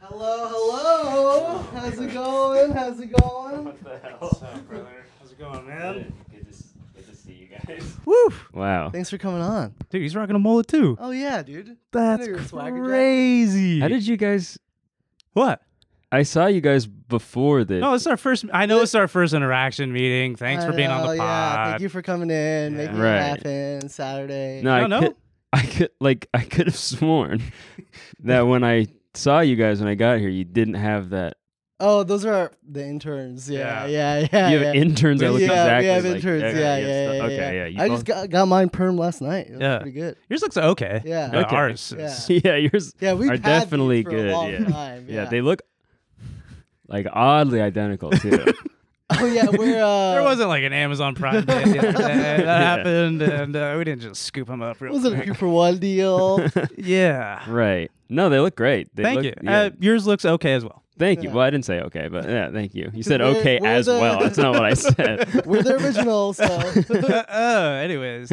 Hello, hello. How's it going? How's it going? What the What's hell? up, brother? How's it going, Good, man? good to, s- good to see you guys. Woo! Wow. Thanks for coming on. Dude, he's rocking a mullet too. Oh yeah, dude. That's you're a swagger jack. crazy. How did you guys? what? I saw you guys before this. No, it's our first. I know it's our first interaction meeting. Thanks for being I on the know, Yeah, thank pod. you for coming in, Yeah. making Right. it happen Saturday. no, I don't know. could, I could like I could have sworn that when I saw you guys when I got here, you didn't have that. Oh, those are our, the interns. Yeah, yeah, yeah. you have yeah. interns that look yeah, exactly we have like interns. that. yeah, yeah, You have yeah, stuff- yeah, Okay, yeah. you I just both- got, got mine perm last night. It was Yeah. pretty good. Yours looks okay. Yeah. But Okay. Ours. Yeah. is- yeah, yours. Yeah, we've Are had these definitely for good, A long yeah. Time. Yeah. they look like oddly identical too. Oh yeah, we're. Uh, There wasn't like an Amazon Prime day the other day. That Yeah. happened, and uh, we didn't just scoop them up. Real was it a quick. two for one deal? Yeah. right. No, they look great. They Thank look- you. yeah. Uh, yours looks okay as well. thank you. yeah. Well, I didn't say okay, but yeah, thank you. You said We're- okay we're as the- well. That's not what I said. we're the original, so. oh, anyways.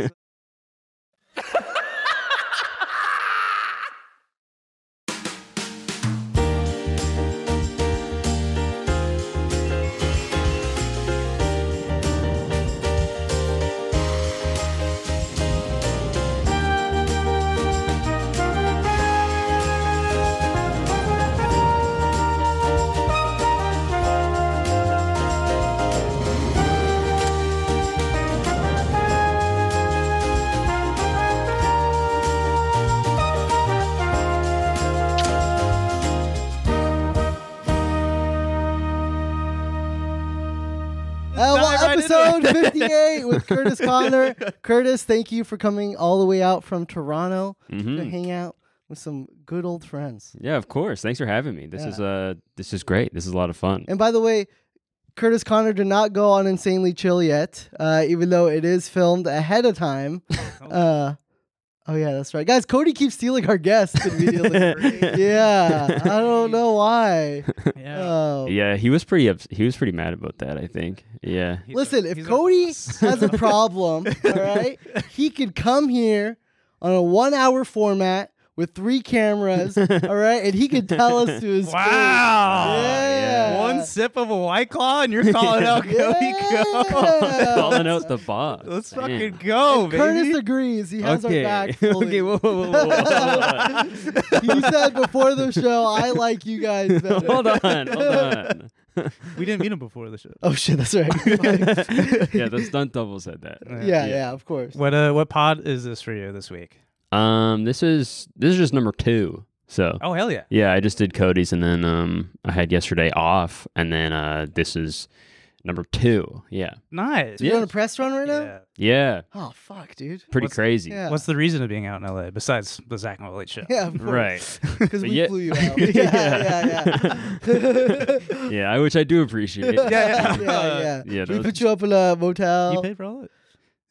Uh, well, Dive right into episode 58 with Curtis Conner. Curtis, thank you for coming all the way out from Toronto to Mhm. hang out with some good old friends. Yeah, of course. Thanks for having me. This is uh this is great. This is a lot of fun. And by the way, Curtis Conner did not go on Insanely Chill yet, uh, even though it is filmed ahead of time. Uh, oh, yeah, that's right. Guys, Cody keeps stealing our guests immediately. yeah, I don't know why. Yeah. Oh. Yeah, he was pretty ups- he was pretty mad about that, I think. Yeah. He's a- Listen, if he's a- Cody has a problem, all right, he could come here on a one hour format with three cameras, all right, and he could tell us to his face. Wow. Yeah. One sip of a white claw and you're calling out Cody Go. Yeah. Calling out the boss. Let's Damn. fucking go, Curtis baby. agrees. He has Okay. our back. fully. okay, whoa, whoa, whoa, whoa, he said before the show, I like you guys whoa. better. hold on, hold on. we didn't meet him before the show. Oh, shit, that's right. yeah, yeah, the stunt double said that. yeah, of course. What uh, what pod is this for you this week? Um, this is this is just number two. So Oh hell yeah! yeah, I just did Cody's, and then um, I had yesterday off, and then uh, this is number two. Yeah, Nice. So You're on a press run right now? Yeah. yeah, Oh, fuck, dude. pretty What's- crazy. Yeah. What's the reason of being out in LA besides the Zach and Late show? Yeah, of course. Right. Because But we yeah- flew you out. yeah, yeah. yeah. yeah, I- which I do appreciate. Yeah, yeah, yeah. Yeah, we those- put you up in a motel. You paid for all it?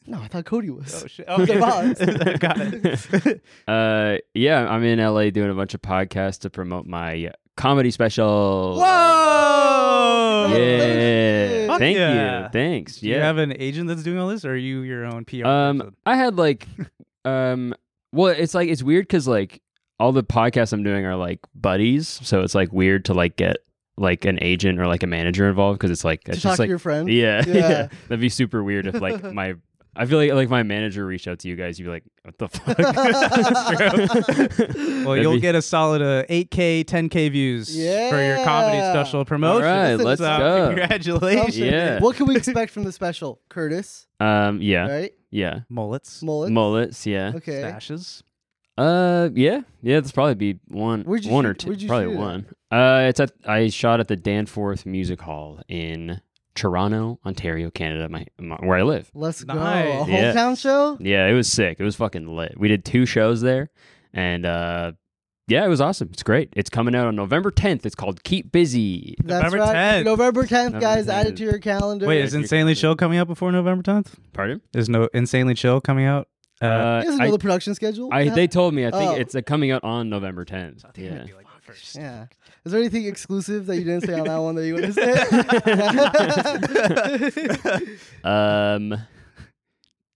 no, I thought Cody was. Oh shit! the Okay. boss. Got it. Uh, yeah, I'm in LA doing a bunch of podcasts to promote my comedy special. Whoa! Yeah, Fuck thank yeah. you, thanks. Do yeah, you have an agent that's doing all this, or are you your own PR? Um, person? I had like, um, well, it's like it's weird because like all the podcasts I'm doing are like buddies, so it's like weird to like get like an agent or like a manager involved because it's like to it's talk just like to your friend. yeah, Yeah. yeah, that'd be super weird if like my. I feel like like my manager reached out to you guys. You'd be like, "What the fuck?" well, that'd you'll be- get a solid uh, 8K, 10K views for your comedy Yeah. special promotion. All right, let's So, go. Congratulations. Something. Yeah. What can we expect from the special, Curtis? um, yeah, Right? yeah, Mullets, Mullet. mullets, yeah, Okay. stashes. uh, yeah, yeah. That's probably be one, Where'd you one shoot- or two, where'd you probably shoot it at? one. Uh, it's at I shot at the Danforth Music Hall in Toronto, Ontario, Canada, my, my where I live. Let's go. A Nice. hometown Yeah. show? Yeah, it was sick. It was fucking lit. We did two shows there, and uh, yeah, it was awesome. It's great. It's coming out on November 10th. It's called Keep Busy. That's November right. 10th. November 10th, November Uh, guys. Add it 10th. to your calendar. Wait, is you're Insanely good. Chill coming out before November 10th? Pardon? Is no Insanely Chill coming out? Uh, he doesn't know I, the production schedule. I- Yeah. they told me. I think Oh. it's uh, coming out on November 10th. Yeah. Yeah. Is there anything exclusive that you didn't say on that one that you want to say? Um,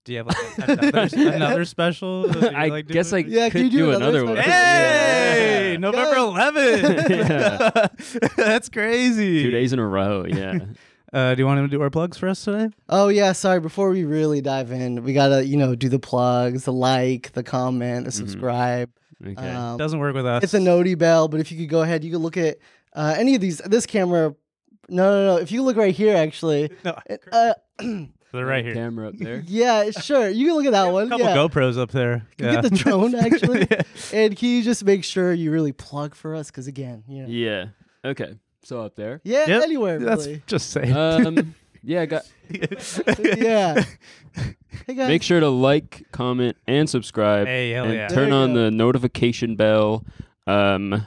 Do you have like another, another special? that you're, I like, guess I doing? Yeah, could can you do do another another one. special? Hey! Hey, November 11th. That's crazy. Two days in a row. Yeah. Uh, do you want him to do our plugs for us today? Oh yeah, sorry. Before we really dive in, we gotta you know do the plugs, the like, the comment, the subscribe. Okay. Um, Doesn't work with us. it's a noti bell, but if you could go ahead, you could look at uh, any of these. This camera. No, no, no. If you look right here, actually. No, it- Uh, they're right here. Camera up there. yeah, sure. You can look at that A one. couple yeah. GoPros up there. You Yeah. Get the drone actually, Yeah. and can you just make sure you really plug for us? Because again, you know, yeah, Yeah. Okay. So up there. Yep. anywhere That's really. just say. Um. Yeah. I Got. yeah. Hey guys, Make sure to like, comment, and subscribe. Hey, hell and yeah. There Turn you on go. the notification bell. Um.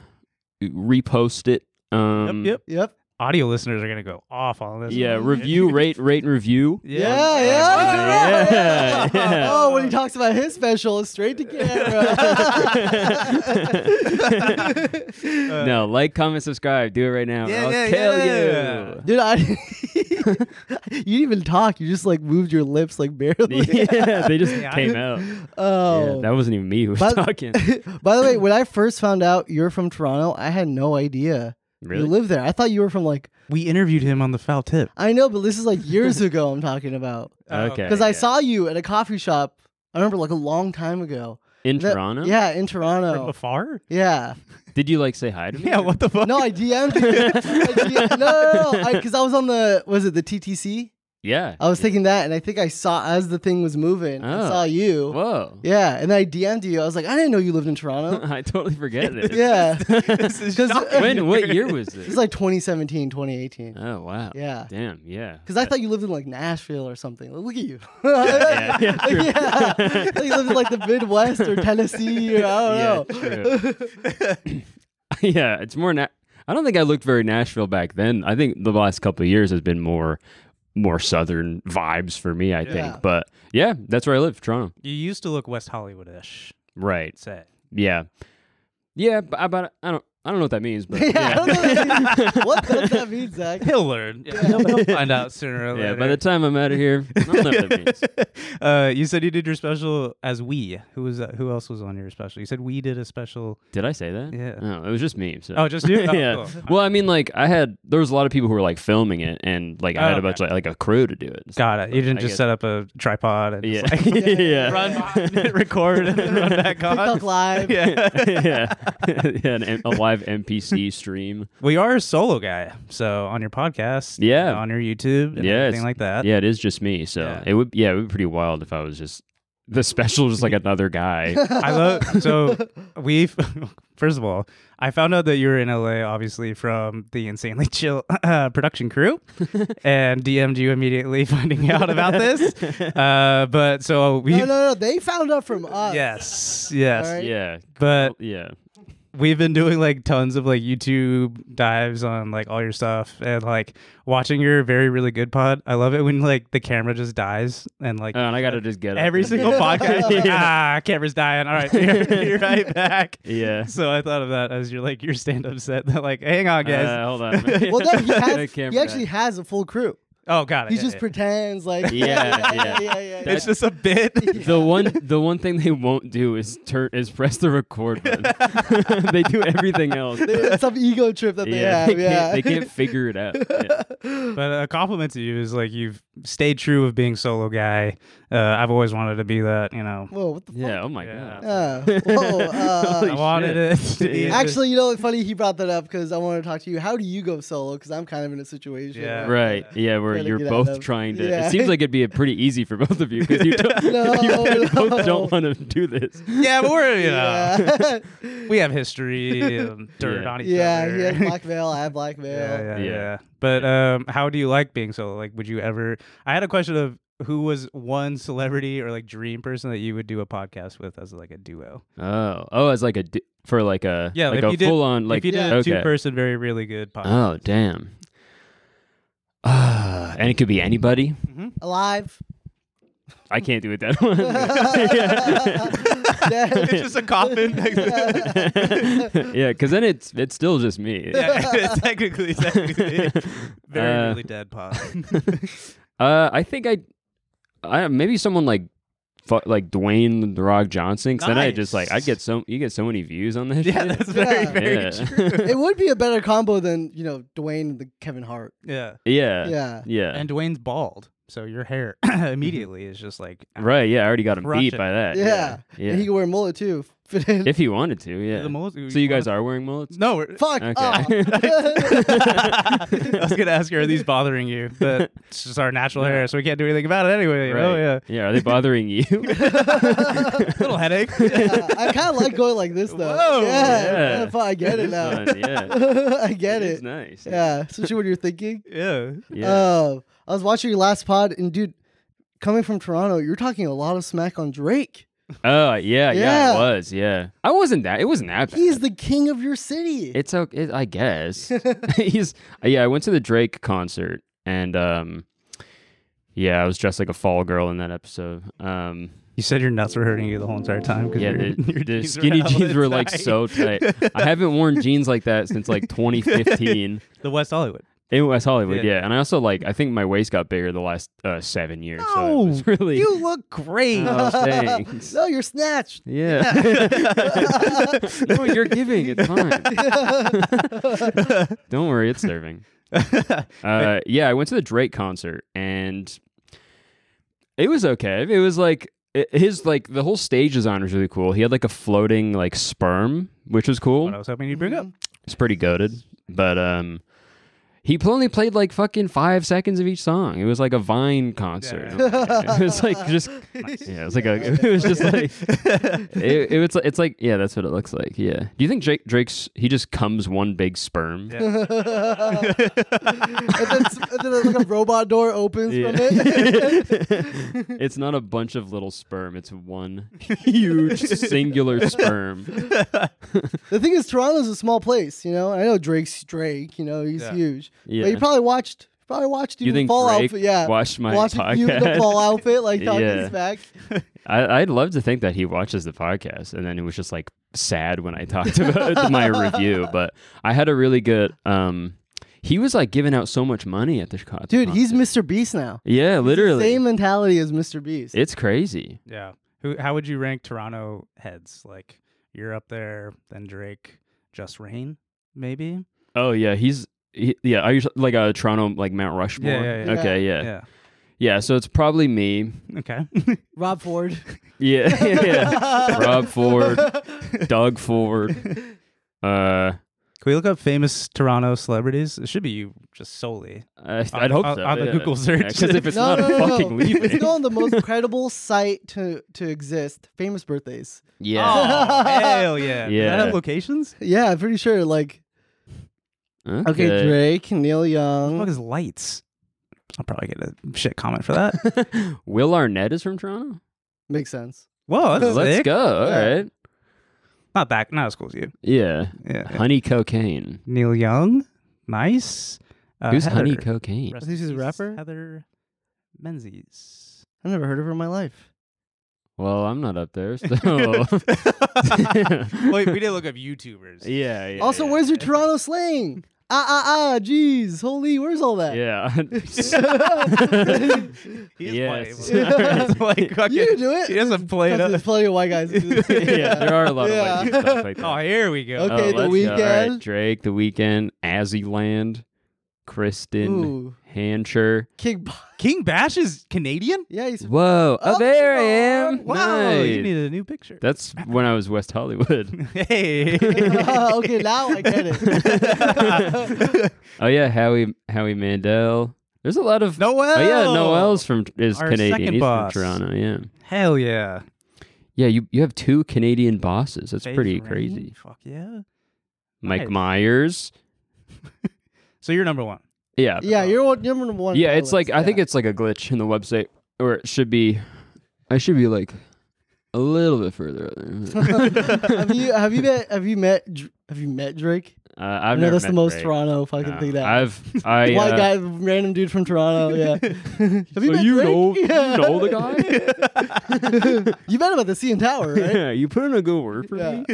Repost it. Um. yep. Yep. Audio listeners are gonna go off on this. Yeah. one. Review, rate, rate, and review. Yeah, yeah. yeah, yeah. yeah. Oh, when he talks about his special, it's straight to camera. Uh, no, like, comment, subscribe. Do it right now. Yeah, I'll yeah, tell yeah. you. Dude, I you didn't even talk. You just like moved your lips like barely. yeah, they just Yeah, I- came out. Oh. Yeah, that wasn't even me who was But- talking. By the way, when I first found out you're from Toronto, I had no idea you Really? live there. I thought you were from like We interviewed him on the foul tip. I know, but this is like years ago. I'm talking about Okay. because I saw you at a coffee shop. I remember like a long time ago. In That- Toronto? Yeah, in from Toronto. afar. Yeah. Did you like say hi to me? Yeah. What the fuck? No, I DM'd you. I DM no, no, no. Because I, was on the, was it the TTC? Yeah. I was thinking that, and I think I saw as the thing was moving, I Oh. saw you. Whoa. Yeah, and then I DM'd you. I was like, I didn't know you lived in Toronto. I totally forget this. yeah. This is 'Cause- shocking. When? What year was It was this? like 2017, 2018. Oh wow. Yeah. Damn. Yeah. Because I thought you lived in like Nashville or something. Like, look at you. Yeah, yeah, Like, true. yeah. I thought you lived in like the Midwest or Tennessee or I don't know. Yeah, true. yeah, it's more. Na- I don't think I looked very Nashville back then. I think the last couple of years has been more, more southern vibes for me. I Yeah. think, but yeah, that's where I live, Toronto. you used to look West Hollywood-ish. Right. Say. Yeah. Yeah, but, I- but I don't. I don't know what that means, but yeah, I don't know yeah. what that means. what does that mean, Zach? He'll learn. He'll, he'll find out sooner or Yeah, later. by the time I'm out of here, I don't know what that means. uh, you said you did your special as we. Who was that? who else was on your special? You said we did a special. Did I say that? Yeah. No, it was just me. So. Oh, just you? Oh, yeah. cool. Well, I mean, like I had there was a lot of people who were like filming it, and like I had Oh, a bunch of like a crew to do it. So, Got it. You didn't I just guess- set up a tripod and Yeah. just like yeah. run, record, and then run back on. TikTok live. Yeah. yeah. yeah, an, M- a live MPC stream. Well, you are a solo guy, so on your podcast, Yeah. and on your YouTube, and Yeah, everything it's- like that. Yeah, it is just me. So Uh, Yeah. it would, yeah, it would be pretty wild if I was just the special, just like another guy. I love so we first of all, I found out that you were in LA obviously from the insanely chill uh, production crew and DM'd you immediately finding out about this. Uh, but so we No, no, no. They found out from us. yes, yes. All right. yeah, But yeah, we've been doing like tons of like YouTube dives on like all your stuff and like watching your very really good pod. I love it when like the camera just dies and like Oh, and I gotta just get up every and- single podcast you're like, ah camera's dying. All right, you're, you're right back. Yeah. So I thought of that as your like your stand up set that like hang on guys. Uh, hold on. man. Well, no, he, The has, camera he actually guy. has a full crew. oh god, He just pretends like Yeah, yeah, yeah. yeah, yeah, yeah. it's just a bit. The one, the one thing they won't do is turn is press the record button. they do everything else. It's some ego trip that they yeah, they have. can't, yeah, they can't figure it out. Yeah. but a compliment to you is like you've stayed true of being solo guy. Uh, I've always wanted to be that. You know, Whoa, what the? Yeah, Oh my Yeah. god. Uh, whoa, I uh, Holy wanted it. To be Yeah. actually, you know, it's funny he brought that up because I wanted to talk to you. How do you go solo? Because I'm kind of in a situation. Yeah. where- Right. Yeah. Where Gotta you're get out both of- trying to. Yeah. It seems like it'd be a pretty easy for both of you because you, don't, No, you guys no. both don't want to do this. yeah, but we're you know Yeah, we have history, and dirt Yeah. on each yeah. other. He had black veil. I have black veil. yeah, yeah, Yeah. yeah. But um, how do you like being solo? Like, would you ever? I had a question of who was one celebrity or like dream person that you would do a podcast with as like a duo. Oh. Oh, as like a d- for like a Yeah, like if a you did- full Like, on like if you did a okay. two person, very really good podcast. Oh damn. Uh, and it could be anybody. Mm-hmm. Alive. I can't do it that one. Dead. just a coffin. yeah, because then it's it's still just me. technically, technically, very Uh, really dead pod. Uh, I think I, I maybe someone like fu- like Dwayne the Rock Johnson. 'Cause Then I just Nice. like I get so you get so many views on this. Yeah, shit. that's very, Yeah. very yeah. true. it would be a better combo than you know Dwayne and the Kevin Hart. Yeah. yeah, yeah, Yeah. And Dwayne's bald. So your hair immediately is just like Mm-hmm. ah, right. Yeah, I already got him Crush beat it. by that. Yeah. yeah. And he could wear a mullet too. Fit in. if he wanted to, yeah. the most. so you guys are wearing mullets? No. we're- Fuck. Okay. off. I was gonna ask her, are these bothering you? But it's just our natural hair, so we can't do anything about it anyway. Right. Oh yeah, Yeah. Are they bothering you? little headache. Yeah, I kind of like going like this though. Whoa, yeah, yeah. kinda fun. I get it It's now. fun, yeah. I get It's it. nice. Yeah, especially when you're thinking. yeah. Yeah. Uh, I was watching your last pod, and dude, coming from Toronto, you're talking a lot of smack on Drake. oh yeah, yeah. Yeah. It was. Yeah. I wasn't that. It wasn't that bad. He's the king of your city. It's okay, it, I guess. He's yeah. I went to the Drake concert and um, yeah, I was dressed like a fall girl in that episode. Um, You said your nuts were hurting you the whole entire time because yeah, your, the, your the jeans skinny hella jeans were like tight. so tight. I haven't worn jeans like that since like 2015 the West Hollywood. in West Hollywood. Yeah. Yeah, and I also like I think my waist got bigger the last uh, seven years. so No, it was really You look great. Oh, thanks. no, you're snatched. Yeah. no, you're giving. It's fine. Don't worry, it's serving. Uh, yeah, I went to the Drake concert and it was okay. It was like i- his like the whole stage design was really cool. He had like a floating like sperm, which was what I cool. was hoping you'd bring up. It's pretty goaded, but um. He pl- only played like fucking five seconds of each song. It was like a Vine concert. it was like just, yeah, it was like a, it was just like, it, it was it's like yeah, that's what it looks like. Yeah. Do you think Drake Drake's he just comes one big sperm? Yeah. and then, s- and then like a robot door opens Yeah. from it. it's not a bunch of little sperm. It's one huge singular sperm. the thing is, Toronto's a small place, you know. I know Drake's Drake, you know, he's Yeah. huge. Yeah. But you probably watched, probably watched you, You in think fall Drake outfit. Yeah, watched my watched you in the podcast? fall outfit, like talking Yeah. smack. I, I'd love to think that he watches the podcast and then it was just like sad when I talked about my review. But I had a really good. um He was like giving out so much money at this con- Dude, he's concert. Mr. Beast now. yeah, literally. Same mentality as Mr. Beast. It's crazy. Yeah. Who? How would you rank Toronto heads? Like you're up there, then Drake, Just Rain, maybe. Oh yeah, he's he, yeah. Are you like a Toronto like Mount Rushmore? Yeah, yeah, yeah. Okay, yeah. yeah, Yeah. So it's probably me. Okay. Rob Ford. Yeah, yeah, yeah. Rob Ford, Doug Ford. Uh, Can we look up famous Toronto celebrities? It should be you just solely. I, On- I'd hope on- so. on the yeah. Google search. because if it's No, not, no, no, I'm no. fucking leaving. It's on the most credible site to to exist. Famous birthdays. yeah. Oh, hell yeah. Does that Yeah. have locations? Yeah, I'm pretty sure. Like, okay, Drake, Neil What the fuck Young. is lights? I'll probably get a shit comment for that. Will Arnett is from Toronto. Makes sense. Whoa, that's Let's sick. go. All Yeah. right. Not that, not as cool as you. Yeah. Yeah. yeah. Honey cocaine. Neil Young, nice. Uh, Who's Heather. honey cocaine? Rest Is this in a peace, rapper? Heather Menzies. I've never heard of her in my life. Well, I'm not up there, so. Oh. Wait, we didn't look up YouTubers. yeah, yeah. also, yeah. where's your Toronto slang? Ah ah ah! Jeez, holy, where's all that? Yeah. He is Yes. playable. It's like fucking- you do it. He doesn't play it There's up. plenty of white guys. Who do this. yeah, there are a lot Yeah. of white people stuff like that. Oh, here we go. Okay. Oh, The let's go. All right, Weeknd. Drake, The Weekend, Azzyland, Kristen, Ooh, Hancher. kick. butt. King Bash is Canadian? Yeah, he's Whoa! Oh, Oh, there I come am. Wow, you Nice. need a new picture. That's when I was West Hollywood. hey. okay, now I get it. oh yeah, Howie Howie Mandel. There's a lot of Noel. Oh yeah, Noel's from is Our second Canadian. He's boss. from Toronto. Yeah. Hell yeah. Yeah, you you have two Canadian bosses. That's Faith pretty Rain? crazy. Fuck yeah. Mike Nice. Myers. So you're number one. Yeah. yeah, you're one, you're number one. Yeah, it's like I think it's like a glitch in the website, or it should be. I should be like a little bit further. up there. have you have you met have you met Dr- have you met Drake? Uh, I've I know never that's met the most Drake. Toronto fucking No, thing that I've I white uh, guy, random dude from Toronto. Yeah, have you so met you Drake? know Yeah. you know the guy. you met him at the CN Tower, right? Yeah, you put in a good word for Yeah. me.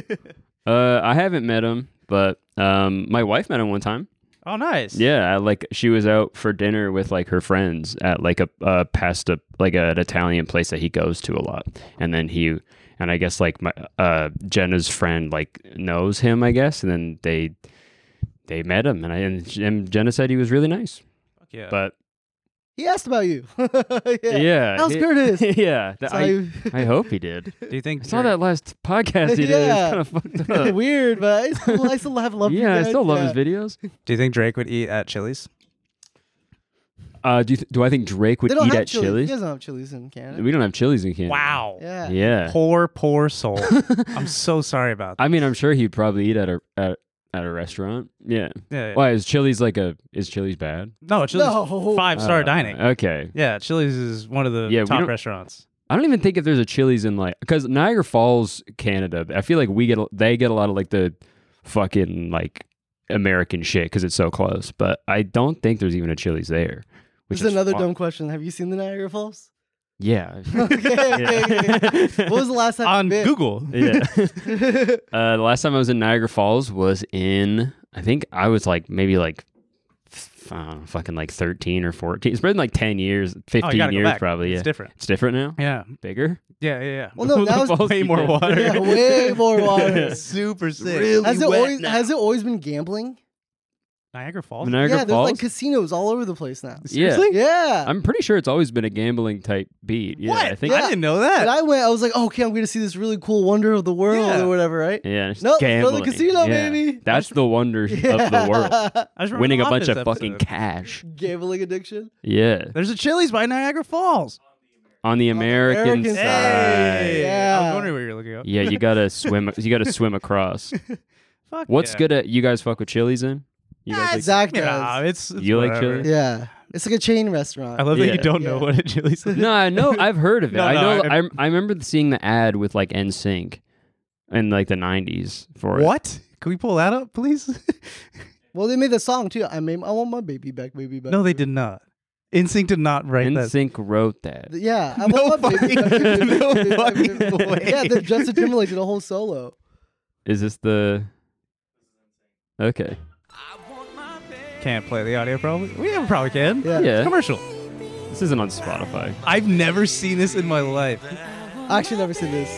Uh, I haven't met him, but um, my wife met him one time. Oh, nice. Yeah, like she was out for dinner with like her friends at like a uh, pasta like an Italian place that he goes to a lot, and then he and I guess like my uh, Jenna's friend like knows him, I guess, and then they they met him, and I and, and Jenna said he was really nice, Fuck yeah. but He asked about you. yeah, yeah. How's it- Curtis? yeah, that- So I, you- I hope he did. do you think I saw you're- that last podcast he did. Yeah. It was kind of fucked up. Weird, but I still, I still have love. yeah, I still love his videos. Do you think Drake would eat at Chili's? Uh, do you th- do I think Drake would They don't eat have at Chili's? You guys don't have chilies in Canada. We don't have Chili's in Canada. Wow. yeah. Yeah. Poor, poor soul. I'm so sorry about that. I mean, I'm sure he'd probably eat at a at, at a restaurant. Yeah. Yeah, yeah. Why is Chili's like a is Chili's bad? No, Chili's No. five star Uh, dining. Okay. yeah, Chili's is one of the Yeah, we top don't- restaurants. I don't even think if there's a Chili's in like because Niagara Falls, Canada. I feel like we get a- they get a lot of like the fucking like American shit because it's so close. But I don't think there's even a Chili's there. Which This is another fu- dumb question. Have you seen the Niagara Falls? Yeah. okay, okay, okay. What was the last time On you been? Google. Oh, yeah. Google? Uh, the last time I was in Niagara Falls was in, I think I was like maybe like, f- I don't know, fucking like 13 or 14. It's been like 10 years, 15 Oh, you gotta go years back. probably. Yeah. It's different. It's different now? Yeah. Bigger? Yeah, yeah, yeah. Well, no, The that was- falls- way more yeah. water. yeah, way more water. Super sick. Has it always has it always been gambling? Niagara Falls? Niagara yeah, there's Falls? like casinos all over the place now. yeah. Seriously? Yeah. I'm pretty sure it's always been a gambling type beat. Yeah, what? I think. I didn't know that. and I went, I was like, oh, okay, I'm going to see this really cool wonder of the world Yeah. or whatever, right? yeah, it's Nope, go to the gambling. casino, Yeah. baby. That's the wonder of the world. I just remember Winning a the bunch of Office fucking episode. cash. Gambling addiction. Yeah. There's a Chili's by Niagara Falls. On the American, American side. Hey. I Yeah. was wondering where you're looking up. Yeah, you gotta swim you gotta swim across. Fuck What's yeah. good at you guys fuck with Chili's in? You guys Yeah, like- Ah, it's- Zach Yeah, does. it's, it's You like whatever. Chili's? Yeah. It's like a chain restaurant. I love that Yeah. you don't know Yeah. what a Chili's is. no, I know I've heard of it. No, I no, know I- I, I remember seeing the ad with like NSYNC in like the nineties for it. What? Can we pull that up, please? well, they made the song too. I mean, I want my baby back, baby back. no, they did not. Instinct did not write that. NSYNC wrote that. Yeah, I No want my baby back. fucking- baby back, no baby back, fucking baby back. Yeah, way. the Justin Timberlake did a whole solo. Is this the Okay. Can't play the audio, probably. We yeah, probably can. Yeah. Yeah. Commercial. This isn't on Spotify. I've never seen this in my life. I actually never seen this.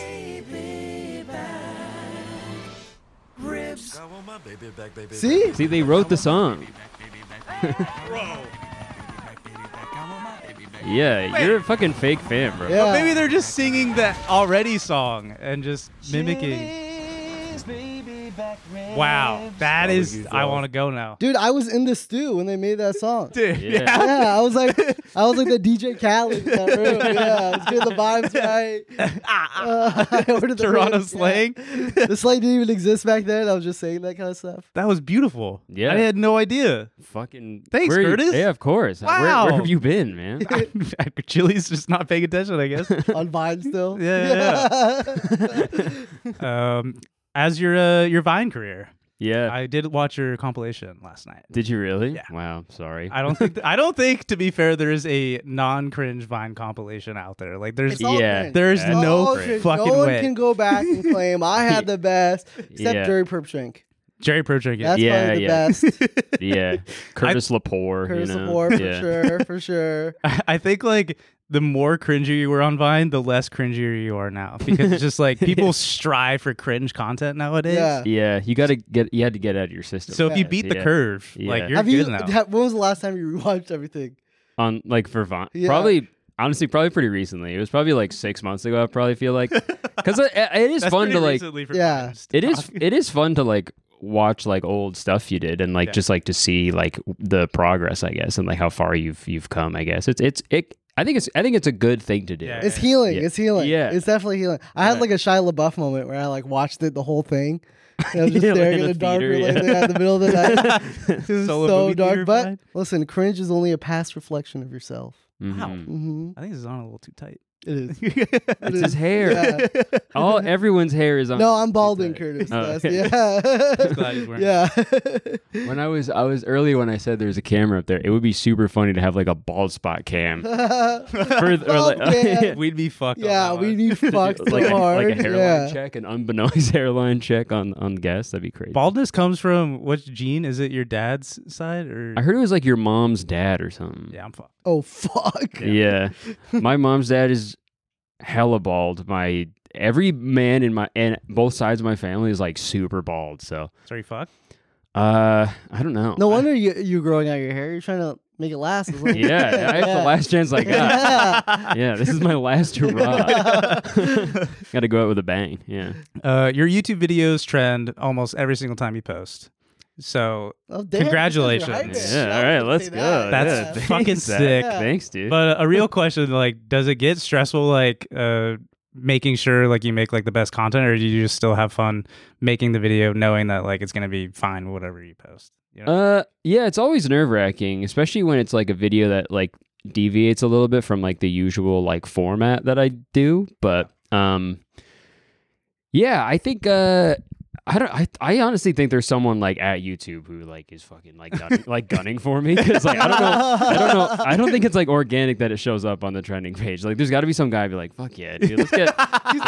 I want my baby back, baby. See? See they wrote the song. Yeah, you're a fucking fake fan, bro. Yeah. Oh, Maybe they're just singing that already song and just mimicking. Wow, that is. I want to go now. Dude, I was in the stew when they made that song. Dude, Yeah. Yeah, I was like, I was like the DJ Khaled in that room. Yeah, I was doing the vibes right. Uh, I ordered the Ah, Toronto ribs, yeah. slang. The slang didn't even exist back then. I was just saying that kind of stuff. That was beautiful. Yeah. I had no idea. Fucking Thanks, where you- Curtis. Yeah, of course. Where- Where, Wow. have you been, man? I, Chili's just not paying attention, I guess. On Vine still. Yeah, um, as your uh, your Vine career, yeah. I did watch your compilation last night. Did you really? Yeah. Wow. Sorry. I don't think I don't think to be fair there is a non cringe Vine compilation out there. Like there's It's all Yeah. cringe. there's It's no all cringe. cringe. fucking No one way. can go back and claim I had the best, except Yeah. Jerry Perpshank. Jerry Perchick. That's Yeah, probably the yeah. best. yeah. Curtis Lepore. Curtis you know? Lepore, for yeah. sure, for sure. I I think like the more cringy you were on Vine, the less cringier you are now because it's just like people strive for cringe content nowadays. Yeah. Yeah, you got to get. You had to get out of your system. So if you beat the Yeah. curve, Yeah. like you're Have good you? now. ha- when was the last time you rewatched everything? on like for Vine, Yeah. probably honestly, probably pretty recently. It was probably like six months ago. I probably feel like because it, it is That's fun pretty to like. recently for Yeah. Vine. It's It is. tough. It is fun to like watch like old stuff you did and like Yeah. just like to see like the progress, I guess, and like how far you've you've come. I guess it's it's it. I think it's I think it's a good thing to do. Yeah. It's healing. Yeah. It's healing. Yeah. It's definitely healing. I had like a Shia LaBeouf moment where I like watched it the whole thing. And I was just Yeah, like staring in at the a dark theater, room like yeah. that in the middle of the night. It was Solo so movie dark. theater But vibe? listen, cringe is only a past reflection of yourself. Mhm. Wow. hmm I think this is on a little too tight. It is. It It's is. his hair. Yeah. All everyone's hair is on. No, I'm balding, It's, Curtis. uh, Oh, Yes, okay. Glad he's wearing Yeah. yeah. When I was I was early when I said there was a camera up there, it would be super funny to have like a bald spot cam. For th- or Bald like, cam. We'd be fucked. on yeah, that we one. need fucked so like, a, hard. like a hairline yeah. check, an unbeknownst hairline check on on guests. That'd be crazy. Baldness comes from which gene? Is it your dad's side or? I heard it was like your mom's dad or something. yeah, I'm fucked. Oh fuck. Yeah. my mom's dad is hella bald. My every man in my and both sides of my family is like super bald. So Sorry, fuck. uh I don't know. No wonder you you growing out your hair. You're trying to make it last. as long as- yeah, I have the last chance I got. Yeah. Yeah, this is my last hurrah. Gotta go out with a bang. Yeah. Uh, your YouTube videos trend almost every single time you post. So Oh, damn, Congratulations. you're hyped. Yeah, I was all right, gonna let's say go. that. That's Yeah. fucking Thanks, Zach. sick. Yeah. Thanks, dude. But a real question, like, does it get stressful, like, uh, making sure like you make like the best content, or do you just still have fun making the video, knowing that like it's gonna be fine, whatever you post? You know? Uh, yeah, it's always nerve wracking, especially when it's like a video that like deviates a little bit from like the usual like format that I do. But um, yeah, I think uh, I don't. I, I honestly think there's someone like at YouTube who like is fucking like gunning, like gunning for me because like I don't know. I don't know. I don't think it's like organic that it shows up on the trending page. Like, there's got to be some guy be like, "Fuck yeah, dude, let's get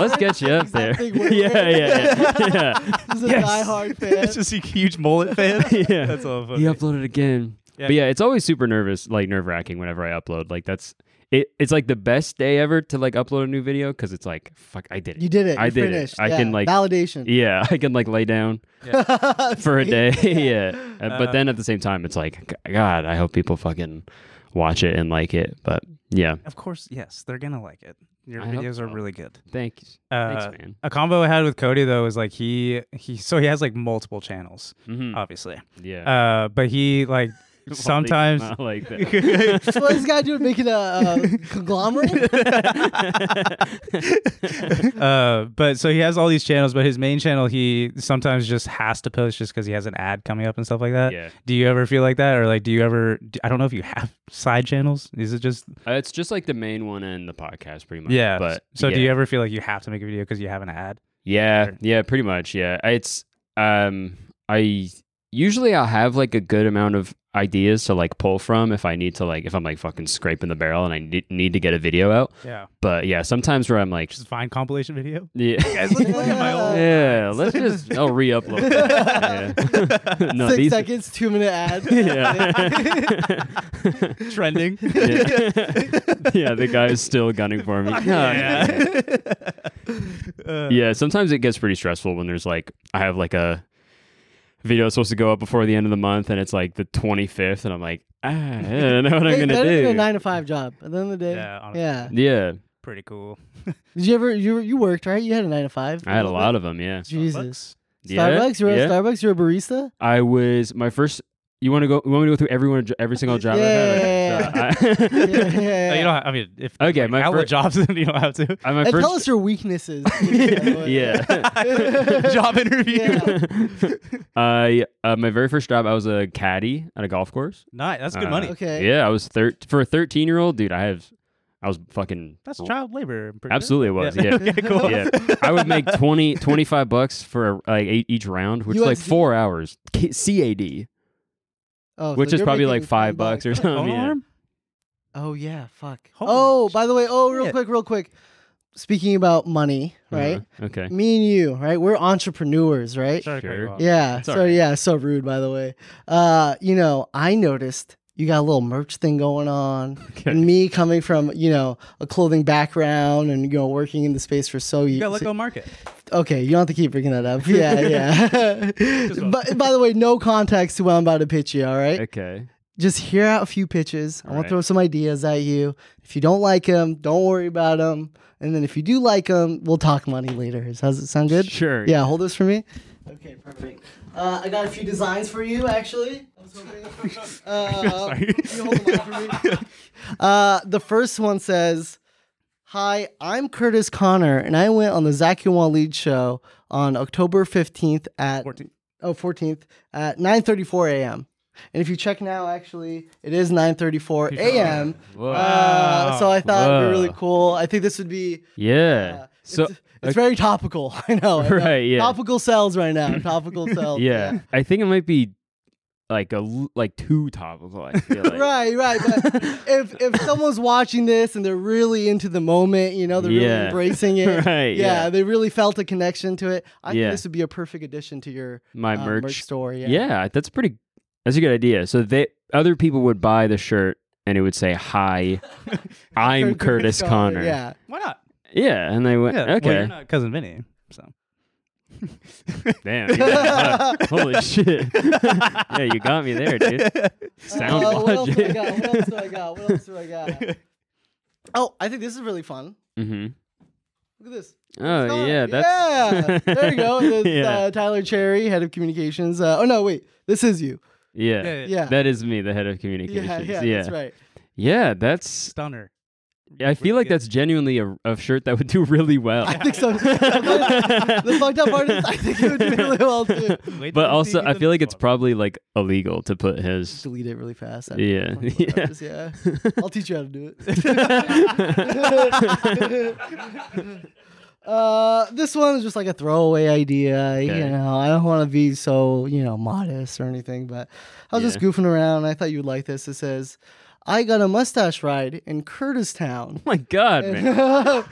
let's get you up there." big yeah, word. yeah, yeah. yeah. He's a Yes. diehard fan. it's just a huge mullet fan. Yeah. that's all. Funny. He uploaded again. Yeah. But yeah, it's always super nervous, like nerve wracking whenever I upload. Like that's it. It's like the best day ever to like upload a new video because it's like fuck, I did it. You did it. I You're did it. finished. I Yeah. can, like- validation yeah, I can like lay down for a day. yeah, Uh, Uh, but then at the same time, it's like g- God, I hope people fucking watch it and like it. But yeah, Of course, yes, they're gonna like it. Your I hope videos are so. really good. thank you. Uh, Thanks, man. A combo I had with Cody though is like he he so he has like multiple channels, Mhm. obviously. yeah. mm-hmm. Uh, but he like Well, they- sometimes not like that. So what is this guy doing? Making a uh, conglomerate? uh, but so he has all these channels, but his main channel he sometimes just has to post just because he has an ad coming up and stuff like that. Yeah. Do you ever feel like that, or like do you ever? d I don't know if you have side channels. Is it just Uh, it's just like the main one and the podcast, pretty much. yeah? Mm, But so do yeah. you ever feel like you have to make a video because you have an ad? Yeah, Or- yeah, pretty much. Yeah, it's um, I usually I'll have like a good amount of ideas to like pull from if I need to like if I'm like fucking scraping the barrel and I need, need to get a video out. Yeah, But yeah, sometimes where I'm like, just find compilation video. yeah, Guys, let's look at my old. yeah, let's just I'll re-upload. that. Yeah. no, Six these. seconds, two minute ad. Yeah. Trending. yeah. yeah, the guy is still gunning for me. No, yeah. yeah sometimes it gets pretty stressful when there's like i have like a video that's supposed to go up before the end of the month and it's like the 25th and i'm like ah, i don't know what i'm Hey, gonna better than a do nine to five job. At the end of the day, Yeah, honestly. yeah. yeah Pretty cool. Did you ever you you worked right? You had a nine to five. i had a lot of them yeah Jesus. Yeah, Starbucks. You were yeah. at Starbucks. You're a barista. i was my first you want to go you want me to go through everyone every single job Yeah. i've had Yeah, Okay. yeah, yeah, No, So I- Oh, you yeah. don't. Have, I mean, if Okay, like, my outlet fir- jobs, then you don't have to. I- my And first tell us your weaknesses. please, by the way. yeah Job interview. Yeah. i uh, my very first job i was a caddy at a golf course Nice. That's good Uh, money. Okay. yeah i was thir- for a 13 year old dude i have i was fucking That's child labor. I'm pretty sure. Absolutely, it was. Yeah. okay, cool. yeah. I would make 20, 25 bucks for like eight, each round, which is like USD. four hours. K- CAD, Oh, so which is you're probably making like five 10 bucks or Phone something. Yeah. alarm? Oh yeah, fuck. Holy oh, by the way, oh, real shit. quick, real quick. Speaking about money, right? Uh-huh. Okay. Me and you, right? We're entrepreneurs, right? Sorry, Craig Sure. Ross. Yeah. It's So alright. yeah, so rude by the way. Uh, you know, I noticed you got a little merch thing going on. Okay. And me coming from, you know, a clothing background and you know, working in the space for so You years. got let go market. Okay, you don't have to keep bringing that up. Yeah, yeah. but by the way, no context to what I'm about to pitch you, all right? Okay. Just hear out a few pitches. I want to Alright. throw some ideas at you. If you don't like them, don't worry about them. And then if you do like them, we'll talk money later. Does it sound good? Sure. Yeah, hold this for me. Okay, perfect. Uh, I got a few designs for you, actually. I was hoping. Uh, Sorry. can you hold them up for me? Uh, the first one says, "Hi, I'm Curtis Connor, and I went on the Zach and Waleed show on October 15th at 14. oh 14th at 9:34 a.m. And if you check now, actually, it is 9:34 a.m. Whoa. Uh, so I thought it'd be really Whoa. cool. I think this would be yeah. uh, so it's, it's very topical. I know. I know. Right, yeah. Topical cells right now. Topical cells. yeah, I think it might be like a l- like too topical. I feel like. Right, right. But if if someone's watching this and they're really into the moment, you know, they're really Yeah. embracing it. Right, Yeah, yeah. they really felt a connection to it. I Yeah. think this would be a perfect addition to your My uh, merch. store. Yeah. yeah. that's pretty. That's a good idea. So they other people would buy the shirt and it would say, "Hi, I'm Curtis Connor." Yeah. Why not? Yeah, and they went, Yeah, well, "Okay, you're not cousin Vinny, so damn, yeah, fuck. holy shit, yeah, you got me there, dude." Sound Uh, what else do I logic. got? What else do I got? What else do I got? Oh, I think this is really fun. hmm Look at this. It's Oh on. yeah, that's yeah. There you go. There's, yeah, uh, Tyler Cherry, head of communications. Uh, oh no, wait. This is you. yeah, yeah. yeah. Yeah. That is me, the head of communications. yeah, Yeah, yeah, That's right. Yeah, that's- stunner. I feel like that's genuinely a, a shirt that would do really well. I think so. the fucked up part is I think it would do really well too. Wait till but you also, see I the feel like it's next probably like illegal to put his. Delete it really fast. I don't Yeah, know what that yeah. is, yeah. I'll teach you how to do Oh it. uh, this one is just like a throwaway idea. You Okay. know, I don't want to be so you know modest or anything, but I was just Yeah. goofing around. I thought you'd like this. It says, "I got a mustache ride in Curtistown." Oh my god, man.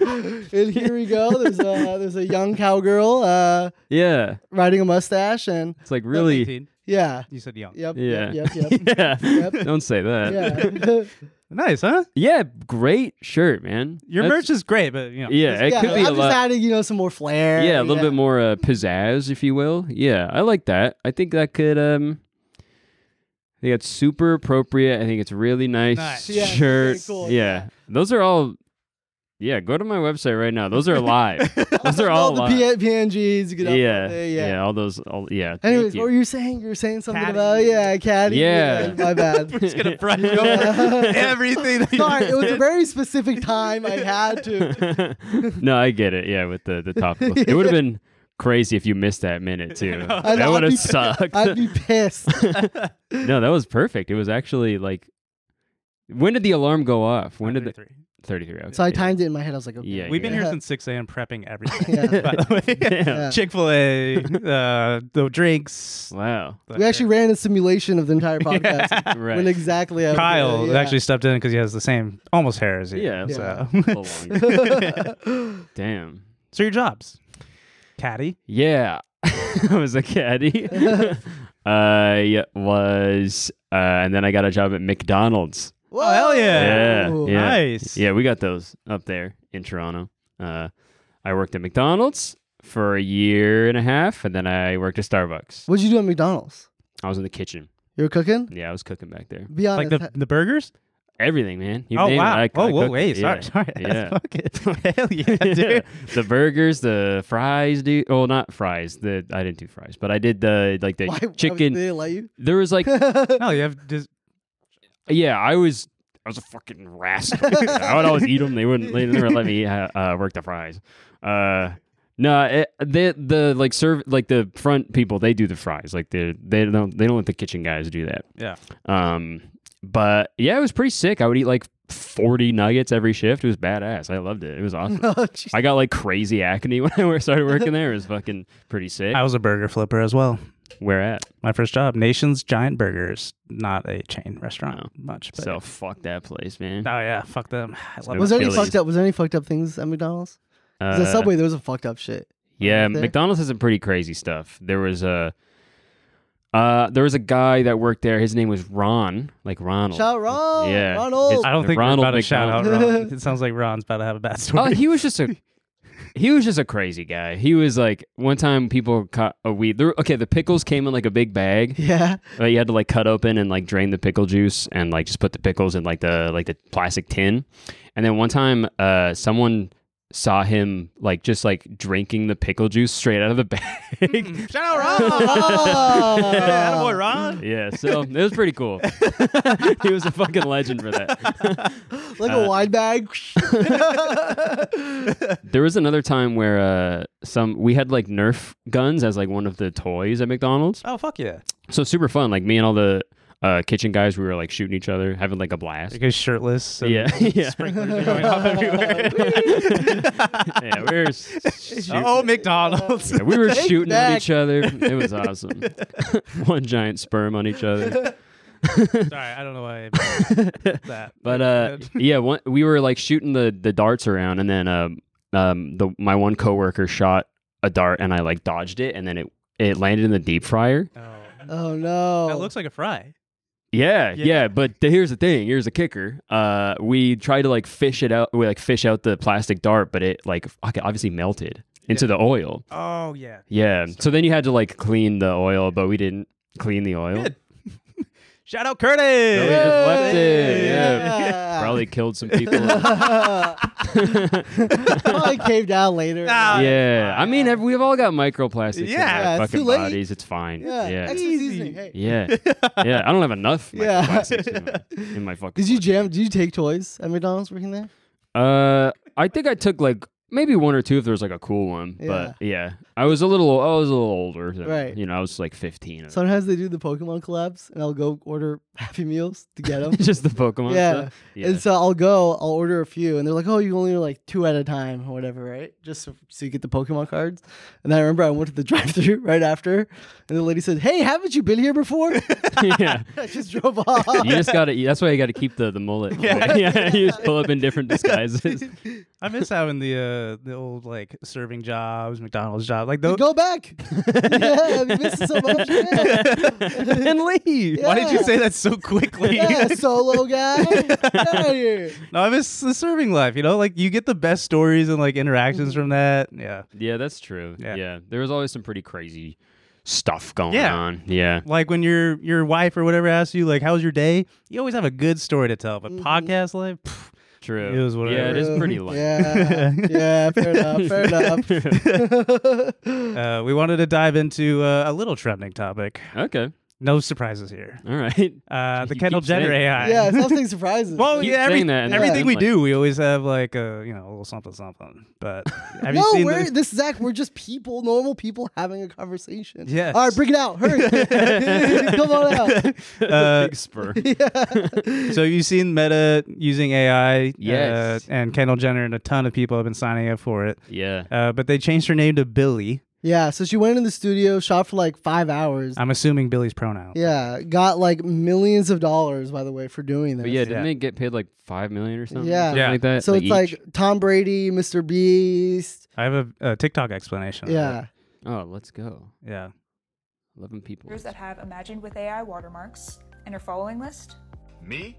and here we go. There's a there's a young cowgirl uh, Yeah, riding a mustache, and it's like one. really. 18. yeah, You said young. yep, Yeah. yep, yep, yep. yeah. Yep. Don't say that. yeah. Nice, huh? Yeah, great shirt, man. Your That's- merch is great, but you know. Yeah, it yeah, could be I'm a just lot. adding, you know, some more flair. yeah, a little bit more uh, pizzazz, if you will. Yeah, I like that. I think that could. um I think it's super appropriate. I think it's really nice, Nice. Yeah, it's really shirt. cool, yeah. yeah. those are all. Yeah, go to my website right now. Those are live. those are all the live. P- PNGs. You could yeah, upload yeah, there, yeah. all those. All yeah. thank Anyways, you. what were you saying? You were saying something Caddy. about yeah, caddy. Yeah. my bad. It's gonna brush over everything. That you Sorry, it was a very specific time. I had to. no, I get it. Yeah, with the the topical. It would have been crazy if you missed that minute too. that I'd would be- have sucked. I'd be pissed. no, that was perfect. It was actually like. When did the alarm go off? When did the 33. 33? Okay. So I yeah. timed it in my head. I was like, okay. Yeah, We've been here Yeah. since 6 a.m. prepping everything. Yeah. By the way, Damn. Chick Fil A, uh, the drinks. Wow. We actually ran a simulation of the entire podcast. Right. When exactly I was- Kyle yeah. actually stepped in because he has the same almost hair as you. Yeah, So, a little longer. Damn. so your jobs, caddy. Yeah. I was a caddy. I was, uh, and then I got a job at Whoa. McDonald's. Oh, hell yeah. Yeah, Ooh. yeah. Nice. Yeah, we got those up there in Toronto. Uh, I worked at McDonald's for a year and a half, and then I worked at Starbucks. What'd you do at McDonald's? I was in the kitchen. You were cooking? Yeah, I was cooking back there. Be honest. Like the, the burgers? Everything, man. You oh name it, wow! I- I oh whoa! cooked Wait, it. sorry, sorry. Yeah. Yeah. Fuck it. Hell yeah, Yeah. dude! the burgers, the fries, dude. Oh, not fries. The I didn't do fries, but I did the like the why- why would chicken. They let you. there was like, No, you have just yeah, I was, I was a fucking rascal. dude. I would always eat them. They wouldn't, they never let me uh, uh, work the fries. Uh, no, it, the the like serve like the front people they do the fries. Like they they don't they don't let the kitchen guys do that. yeah. Um, but yeah, it was pretty sick. I would eat like forty nuggets every shift. It was badass. I loved it. It was awesome. Oh, jeez. I got like crazy acne when I started working there. It was fucking pretty sick. I was a burger flipper as well. Where at? My first job, Nation's Giant Burgers, not a chain restaurant No. much. But Oh. So fuck that place, man. Oh yeah, fuck them. I love Was there any Achilles. fucked up? Was there any fucked up things at McDonald's? 'Cause Uh, at Subway, there was a fucked up shit. Yeah, right there. McDonald's has some pretty crazy stuff. There was a uh, there was a guy that worked there. His name was Ron, like Ronald. Shout Ron, Yeah. Ronald. I don't think Ronald we're about to shout out McDonald. Ron. It sounds like Ron's about to have a bad story. Oh, he was just a he was just a crazy guy. He was like one time people caught a weed. There, okay, the pickles came in like a big bag. yeah, Uh, you had to like cut open and like drain the pickle juice and like just put the pickles in like the like the plastic tin. And then one time, uh, someone saw him like just like drinking the pickle juice straight out of the bag. shout out Ron. yeah, attaboy, Ron. yeah, so it was pretty cool. he was a fucking legend for that. like Uh, a wine bag. there was another time where uh, some we had like Nerf guns as like one of the toys at McDonald's. Oh fuck yeah! So super fun. Like me and all the uh, kitchen guys. We were like shooting each other, having like a blast. Like he's shirtless. and Yeah, yeah. Sprinklers are going off everywhere. yeah, we were s- shoot- oh, McDonald's. yeah, we were Take shooting back. at each other. It was awesome. One giant sperm on each other. Sorry, I don't know why I mentioned that. But uh, yeah, one, we were like shooting the the darts around, and then um, um, the my one coworker shot a dart, and I like dodged it, and then it it landed in the deep fryer. oh. Oh no. that looks like a fry. Yeah, Yeah. yeah, but the, here's the thing. Here's the kicker. Uh, we tried to like fish it out. We like fish out the plastic dart, but it like fuck, it obviously melted into the oil. Oh yeah. Yeah. So then you had to like clean the oil, but we didn't clean the oil. Good. Shout out Curtis. So we just left it. Yeah. Yeah. Probably killed some people. Probably caved out later. Ah, yeah. I mean, ev- we've all got microplastics Yeah, it's in our too fucking late. bodies. It's fine. yeah. Yeah. Extra Easy. seasoning. Hey. Yeah. Yeah. I don't have enough Yeah. microplastics in, my, in my fucking Did you jam? Did you take toys at McDonald's working there? Uh, I think I took like maybe one or two if there was like a cool one. But yeah, I was a little I was a little older. Than, Right. You know, I was like 15. or- Sometimes they do the Pokemon collabs, and I'll go order Happy Meals to get them. just the Pokemon. yeah. Stuff. Yeah. And so I'll go, I'll order a few, and they're like, "Oh, you only order like two at a time or whatever, right?" Just so, so you get the Pokemon cards. And I remember I went to the drive-through right after, and the lady said, "Hey, haven't you been here before?" yeah. I just drove off. You just gotta. That's why you gotta keep the the mullet. Yeah. yeah. You just pull up in different disguises. I miss having the uh, the old like serving jobs, McDonald's job, like those. Go back. yeah, we missed so much. Yeah. and leave. Why did you Yeah. say that so quickly? Yeah, solo guy. Get out of here. no, I miss the serving life. You know, like you get the best stories and like interactions from that. Yeah, Yeah, that's true. Yeah. Yeah. There was always some pretty crazy stuff going Yeah. on. Yeah. like when your your wife or whatever asks you like, "How's your day?" You always have a good story to tell. But Mm-hmm. podcast life, pff, True. It was Yeah, it whatever. is pretty light. Um, Yeah, yeah, fair enough, fair enough. uh, we wanted to dive into uh, a little trending topic. Okay. No surprises here. All right. Uh, the You Kendall keep saying- Jenner AI. yeah, something surprises. Well, Keep yeah, every- saying that and everything then, we like- do, we always have like a you know a little something something. But have you no, seen we're the- this Zach. We're just people, normal people having a conversation. Yes. All right, bring it out. Hurry, come on out. Uh, Big spur. so have you seen Meta using AI? Yes. Uh, and Kendall Jenner and a ton of people have been signing up for it. Yeah. Uh, but they changed her name to Billy. Yeah. So she went in the studio, shot for like five hours. I'm assuming Billy's pronoun. yeah, got like millions of dollars, by the way, for doing this. But yeah, didn't Yeah. they get paid like five million or something? Yeah. something Yeah. like that. So it's each? like Tom Brady, Mr. Beast. I have a, a TikTok explanation. of Yeah. oh, let's go, it. Yeah. eleven people. that have imagined with AI watermarks and are following list. Me?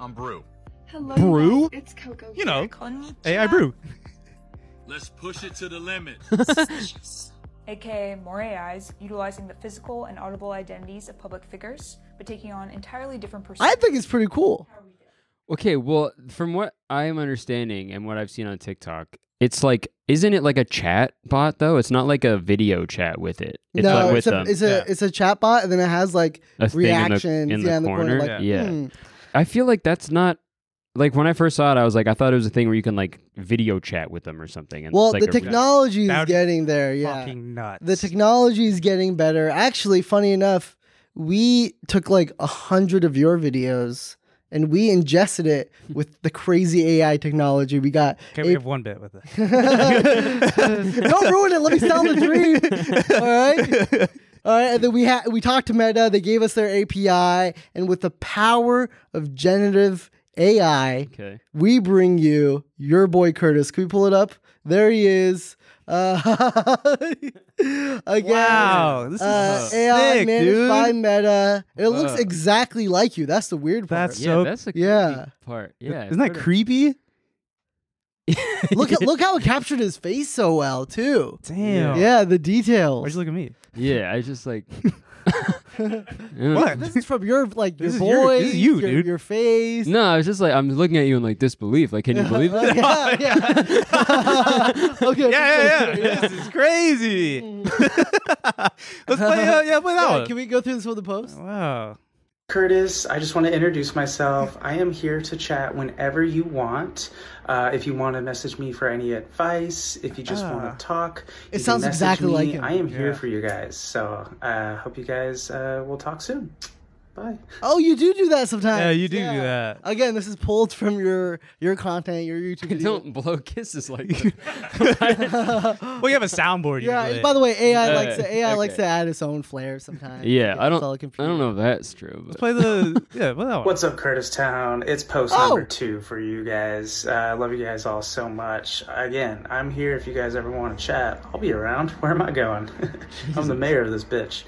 I'm Brew. Hello, Brew? you guys. It's Coco. You here. know, Konnichiwa, AI Brew. Let's push it to the limit. aka more AIs, utilizing the physical and audible identities of public figures, but taking on entirely different I personalities. think it's pretty cool. Okay, well, from what I am understanding and what I've seen on TikTok, it's like, isn't it like a chat bot though? It's not like a video chat with it. It's no, like with it's a them. it's a it's a chat bot, and then it has like A thing in the- reactions. in the yeah, in the corner. corner? Like, Yeah. Yeah. hmm. I feel like that's not like when I first saw it, I was like, I thought it was a thing where you can like video chat with them or something. And Well, it's like the a- technology That is would- getting there. Yeah. Fucking nuts. the technology is getting better. Actually, funny enough, we took like a hundred of your videos and we ingested it with the crazy AI technology we got. Okay, we have one bit with it. Don't ruin it. Let me sell the dream. All right. All right, and then we had we talked to Meta. They gave us their API, and with the power of generative AI, Okay. we bring you your boy Curtis. Can we pull it up? There he is. Uh, again, Wow, this is uh, sick, AI managed dude. Uh. by Meta. It looks Wow. exactly like you. That's the weird part. That's Yeah, So- that's a Yeah. yeah part. Yeah, Isn't that creepy? look at look how it captured his face so well too. Damn. Yeah, the Why'd details. you look at me? Yeah, I just like What? this is from your like your This is your- voice, this is you, your, dude. your face. No, I was just like, I'm looking at you in like disbelief. Like, can you believe Uh, that? yeah, yeah. okay. yeah, yeah, yeah. this is crazy. Let's play. Uh, yeah, play that Yeah, one. Uh, Can we go through this with the post? wow. Curtis, I just want to introduce myself. I am here to chat whenever you want. Uh, if you want to message me for any advice, if you just want to talk, you can Ah. sounds message exactly me. like him. I am here Yeah. for you guys. So I uh, hope you guys uh, will talk soon. Bye. Oh, you do do that sometimes. Yeah, you do do that. Again, this is pulled from your your content, your YouTube. Video. Don't blow kisses like that. Well, you have a soundboard. Yeah. usually. By the way, AI Uh, likes to, AI likes okay. to add its own flair sometimes. Yeah, Gets I us all don't. I confused. don't know if that's true. But. play the yeah. Well, that one. What's up, Curtis Town? It's post Oh. number two for you guys. Uh, I love you guys all so much. Again, I'm here if you guys ever want to chat. I'll be around. Where am I going? I'm the mayor of this bitch.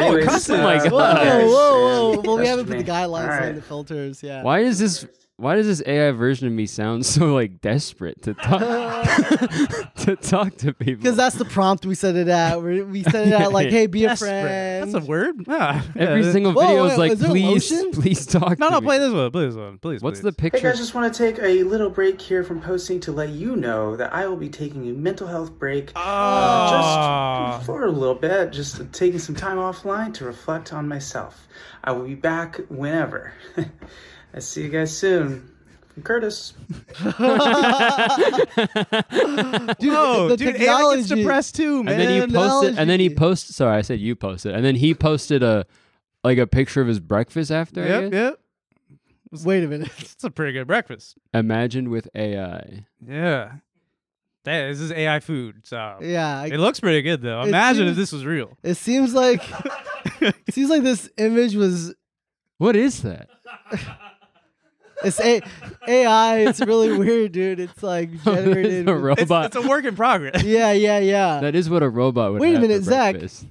Anyways, uh, cussing like love Whoa, us. you guys, whoa, whoa! and Well, we message haven't put me. the guidelines All on right. the filters. Yeah. Why is this? Why does this AI version of me sound so like desperate to talk to talk to people? Because that's the prompt we set it at. We're- We set it at like, "Hey, be a Desperate. friend." That's a word. Ah, yeah, every that- single Whoa, video wait, is like, is there please, lotion?" please talk. No, to no, me. play this one. Play this one, please. What's please. the picture? Hey guys, just want to take a little break here from posting to let you know that I will be taking a mental health break uh, Ah. just for a little bit, just taking some time offline to reflect on myself. I will be back whenever. I see you guys soon. From Curtis. dude, Oh, the dude, AI gets technology. depressed too, man. and then you posted, and then he analogy. posted. Sorry, I said you posted, and then he posted a like a picture of his breakfast after. I Yep, guess? yep. Wait a minute. It's a pretty good breakfast. Imagined with AI. Yeah. That this is AI food. So Yeah. I- it looks pretty good though. It Imagine if seems- this was real. It seems like it seems like this image was What is that? it's a, AI. It's really weird, dude. It's like generated. a with- It's, robot. it's a work in progress. yeah, yeah, yeah. that is what a robot would. Wait a have for minute, Zach. breakfast.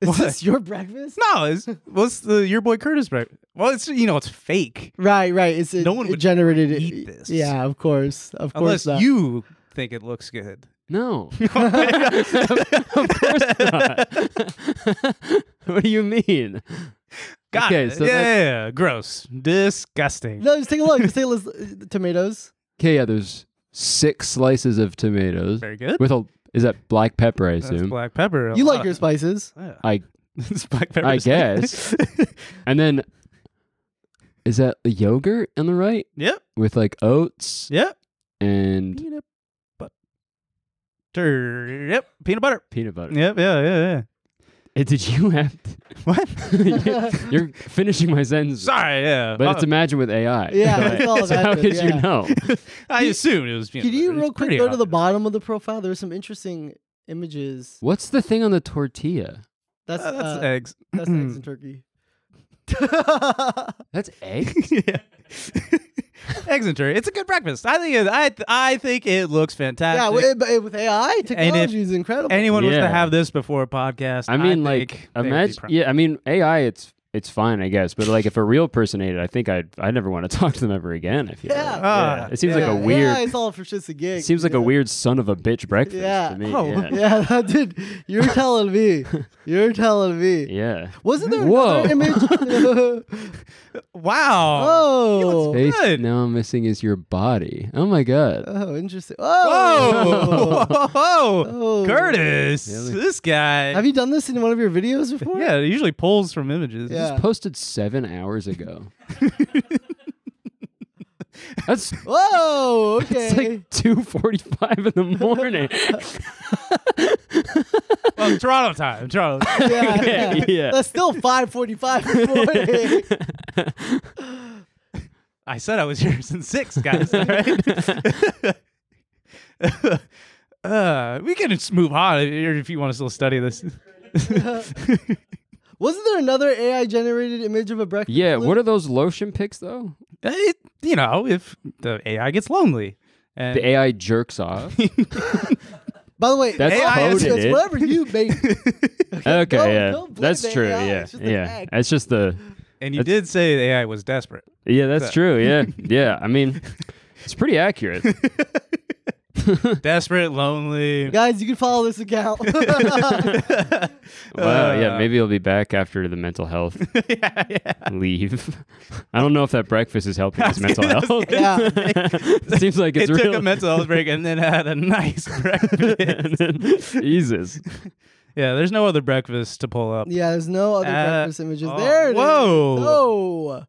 is this your breakfast? no, it's, what's the your boy Curtis breakfast? Well, it's you know it's fake Right, right. It's it, No one it would generated it. eat this. Yeah, of course, of unless course not. you think it looks good. No. of course not. what do you mean? Got Okay, it. so yeah, that's- yeah, yeah. gross, disgusting. No, just take a look. Just take a look. Tomatoes. Okay, yeah, there's six slices of tomatoes Very good. with a. Is that black pepper? I That's assume. black pepper. a You like lot. your spices. Yeah. I It's black pepper. I is like- guess. and then is that the yogurt on the right yep. with like oats Yep. and Peanut butter. Yep. Peanut butter. peanut butter? Yep. Yeah. Yeah. Uh, Did you have? What? You're- You're finishing my Yeah. sentence. Sorry. Yeah. But Uh, it's imagined with AI. Yeah, it's all so how imaginative, could you yeah. know? I assumed it was. Peanut Can you butter. real It's quick pretty go to the obvious. bottom of the profile? There's some interesting images. What's the thing on the tortilla? That's Uh, that's uh, eggs. that's eggs and turkey. That's That's egg. Uh, yeah. eggs and turkey. It's a good breakfast. I think. It, I I think it looks fantastic. yeah, with, but with AI, technology is incredible. anyone was to Yeah. have this before a podcast, I mean, think like, they would be imagine. proud. Yeah, I mean, AI. It's it's fine, I guess. But like, if a real person ate it, I think I'd I'd never want to talk to them ever again. I feel. Yeah. like. Ah, It seems oh, like Yeah, a weird. AI is all for shits and gigs. seems like you a know? weird son of a bitch breakfast Yeah. to me. Oh, yeah. Yeah, that, dude, you're telling me. You're telling me. Yeah. Wasn't there Whoa. another image? Wow. oh. Face Good. now I'm missing is your body. Oh my god. Oh, interesting. Whoa. Oh. Whoa. Oh. Curtis. Really? This guy. Have you done this in one of your videos before? yeah, it usually pulls from images. Yeah. Posted seven hours ago. That's Whoa. Okay. it's like two forty five in the morning. Well, Toronto time. Toronto. time. yeah, Yeah, yeah. That's still 5:45 in the morning. I said I was here since six, guys. All right. uh, we can just move on if if you want to still study this. Uh, Wasn't there another AI generated image of a breakfast? yeah, what are those lotion pics though? It- you know, if the AI gets lonely. And The AI jerks off. By the way, That's AI is coded, just it. whatever you make. okay, Don't- yeah. don't blame That's the true, AI, yeah. it's just an Yeah. act. That's just the and you did say the AI was desperate. Yeah, that's So- true. Yeah. Yeah. I mean, it's pretty accurate. Desperate, lonely. Guys, you can follow this account. Wow. Uh, yeah, maybe I'll be back after the mental health yeah, yeah. leave. I don't know if that breakfast is helping his mental health. yeah. Seems like It it's took real. a mental health break and then had a nice breakfast. Jesus. yeah, there's no other breakfast to pull up. Yeah, there's no other Uh, breakfast images. oh, there it is. whoa. Oh.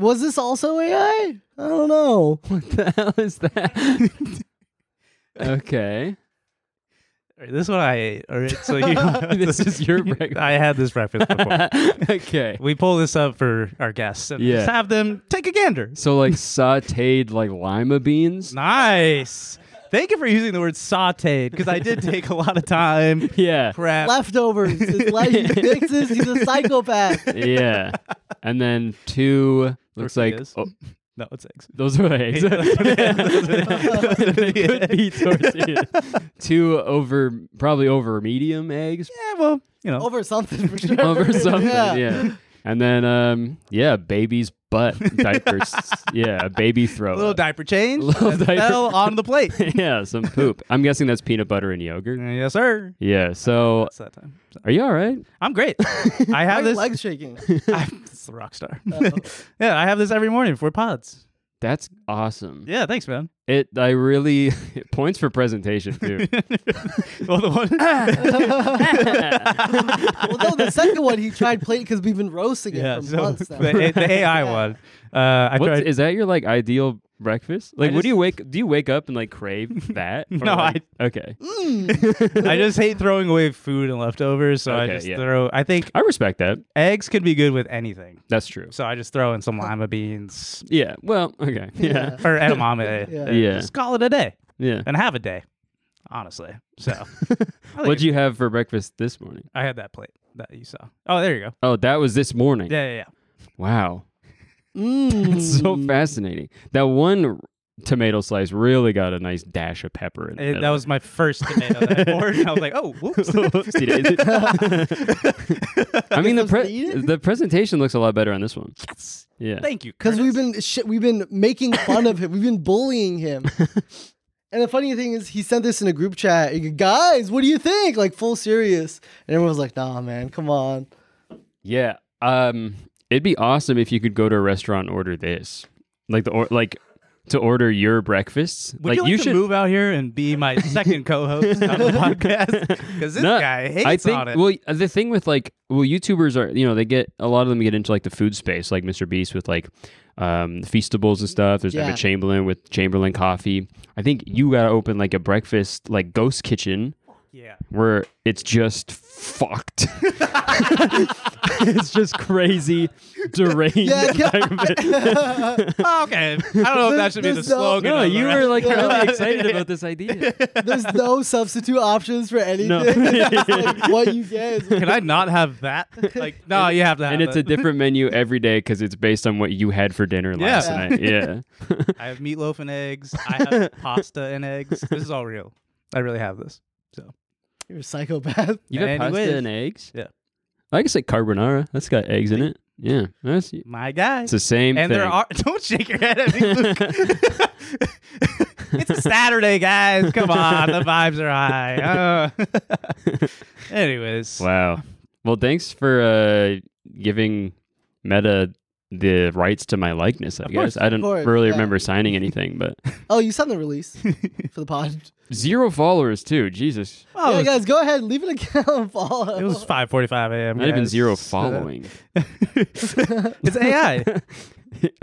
Was this also AI? I don't know. What the hell is that? okay. All right, this is what I ate. All right, so you, This is your breakfast. I had this breakfast before. okay. we pull this up for our guests. And Yeah. Just have them take a gander. So like sauteed like lima beans. Nice. Thank you for using the word sauteed because I did take a lot of time. Yeah. Prep. Leftovers. It's like he mixes. He's a psychopath. Yeah. And then two looks like Tortillas. oh, No, it's eggs. those are eggs. They could be tortillas. two over probably over medium eggs. Yeah, well, you know. Over something for sure. Over something. Yeah. Yeah. And then um yeah, baby's butt diapers. yeah, baby throw. a little up. diaper change. Little and diaper- Fell on the plate. Uh, yeah, some poop. I'm guessing that's peanut butter and yogurt. yes, sir. Yeah. So It's that time. So, are you all right? I'm great. I My have this. legs shaking. I'm, it's the rock star. yeah, I have this every morning for pods. That's awesome. Yeah, thanks, man. It I really points for presentation too. well, the one. Well, no, the second one he tried plate because we've been roasting it yeah, for so months now. the, the AI one. Uh, I What tried. is that your like ideal breakfast? Like, what just- do you wake? Do you wake up and like crave that? Or, No, like- Okay, I just hate throwing away food and leftovers, so I Okay, just yeah. throw. I think I respect that. eggs could be good with anything, That's true. so I just throw in some lima beans Yeah. Well. Okay. Yeah. or edamame. Yeah. and Yeah. just call it a day Yeah. and have a day. Honestly, so I What'd think- you have for breakfast this morning? I had that plate that you saw. Oh, there you go. Oh, that was this morning. Yeah, yeah, yeah. Wow. Mm. So fascinating. That one tomato slice really got a nice dash of pepper in It- it. that was my first tomato that I poured, and I was like, "Oh, whoops!" I mean, the to pre- eat it? the presentation looks a lot better on this one. Yes. Yeah. Thank you, Because we've Curtis. been sh- we've been making fun of him. We've been bullying him. and the funny thing is, he sent this in a group chat. He go, Guys, what do you think? Like full serious. And everyone was like, Nah, man, come on. Yeah. Um it'd be awesome if you could go to a restaurant and order this. Like the or like to order your breakfasts. Would you like to should move out here and be my second co-host on the podcast? Because this No, guy hates I think on it. well the thing with like well YouTubers are you know they get a lot of them get into like the food space like Mr Beast with like um feastables and stuff. There's Yeah. David Chamberlain with Chamberlain Coffee. I think you got to open like a breakfast like ghost kitchen yeah. where it's just fucked. it's just crazy, deranged. Yeah, I can't- breakfast. Oh, okay. I don't know if that should be the There's no- slogan. No, of the you were rest- like Yeah. really excited about this idea. There's no substitute options for anything. No. It's like, what you get is Can I not have that? Like, no, you have to. Have And it's a it. different menu every day because it's based on what you had for dinner last Yeah. night. Yeah. I have meatloaf and eggs. I have pasta and eggs. This is all real. I really have this. you're a psychopath. You got Anyways. pasta and eggs? Yeah. I guess like carbonara. That's got eggs in it. Yeah. That's, it's My guy. the same and thing. there are. Don't shake your head at me, Luke. it's a Saturday, guys. Come on, the vibes are high. Uh, Anyways, wow. Well, thanks for uh, giving Meta the rights to my likeness, I Of guess. course. I don't Of course, really yeah. remember signing anything, but Oh, you sent the release for the pod. zero followers too. Jesus. Well, yeah, Oh, it, was, guys, go ahead, leave an account and follow. it was 5:45 a.m. Not even guys. zero So- following. it's AI.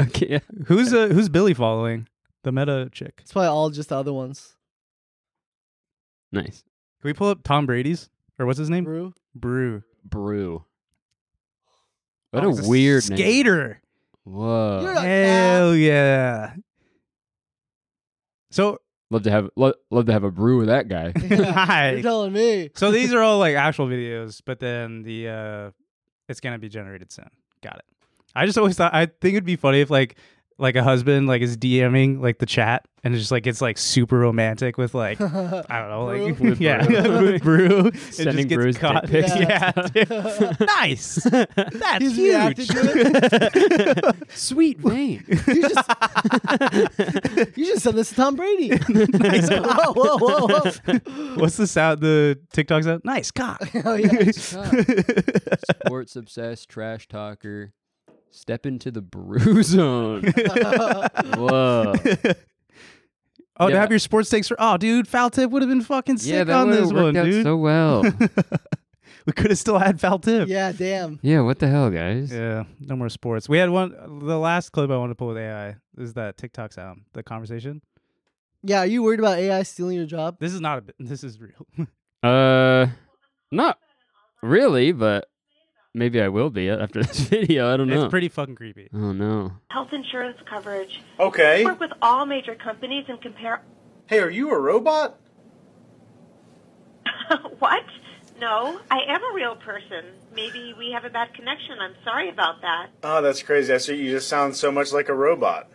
okay. yeah. Who's uh, who's Billy following? The meta chick. It's probably all just the other ones. Nice. Can we pull up Tom Brady's or what's his name? Brew. Brew. Brew. What Oh, he's a weird name. skater. Whoa. You're a- Hell yeah. So love to have lo- love to have a brew with that guy. Yeah, Hi. you're telling me. so these are all like actual videos, but then the uh it's gonna be generated soon. Got it. I just always thought I think it'd be funny if like like a husband like is DMing like the chat and it's just like it's like super romantic with like I don't know, like Brew. With yeah, brew. with brew. It Sending just gets brews dick caught. pics. Yeah, dude. nice. That's He's reacted huge. to Sweet vein. it. You just, you just sent this to Tom Brady. whoa, whoa, whoa, whoa. What's the sound? The TikTok sound? Nice cock. Oh, yeah. Sports obsessed trash talker. Step into the brew zone. Whoa. Oh, to Yeah. have your sports takes for oh, dude, foul tip would have been fucking sick Yeah, that on one this worked one, out dude. so well. we could have still had foul tip. Yeah, damn. yeah, what the hell, guys? Yeah, no more sports. We had one. The last clip I want to pull with AI is that TikTok sound, the conversation. Yeah, are you worried about AI stealing your job? This is not a. bit- This is real. Uh, not really, but maybe I will be after this video. I don't know. It's pretty fucking creepy. Oh no. health insurance coverage. Okay. Work with all major companies and compare. Hey, are you a robot? what? No, I am a real person. Maybe we have a bad connection. I'm sorry about that. Oh, that's crazy. Esther, you just sound so much like a robot.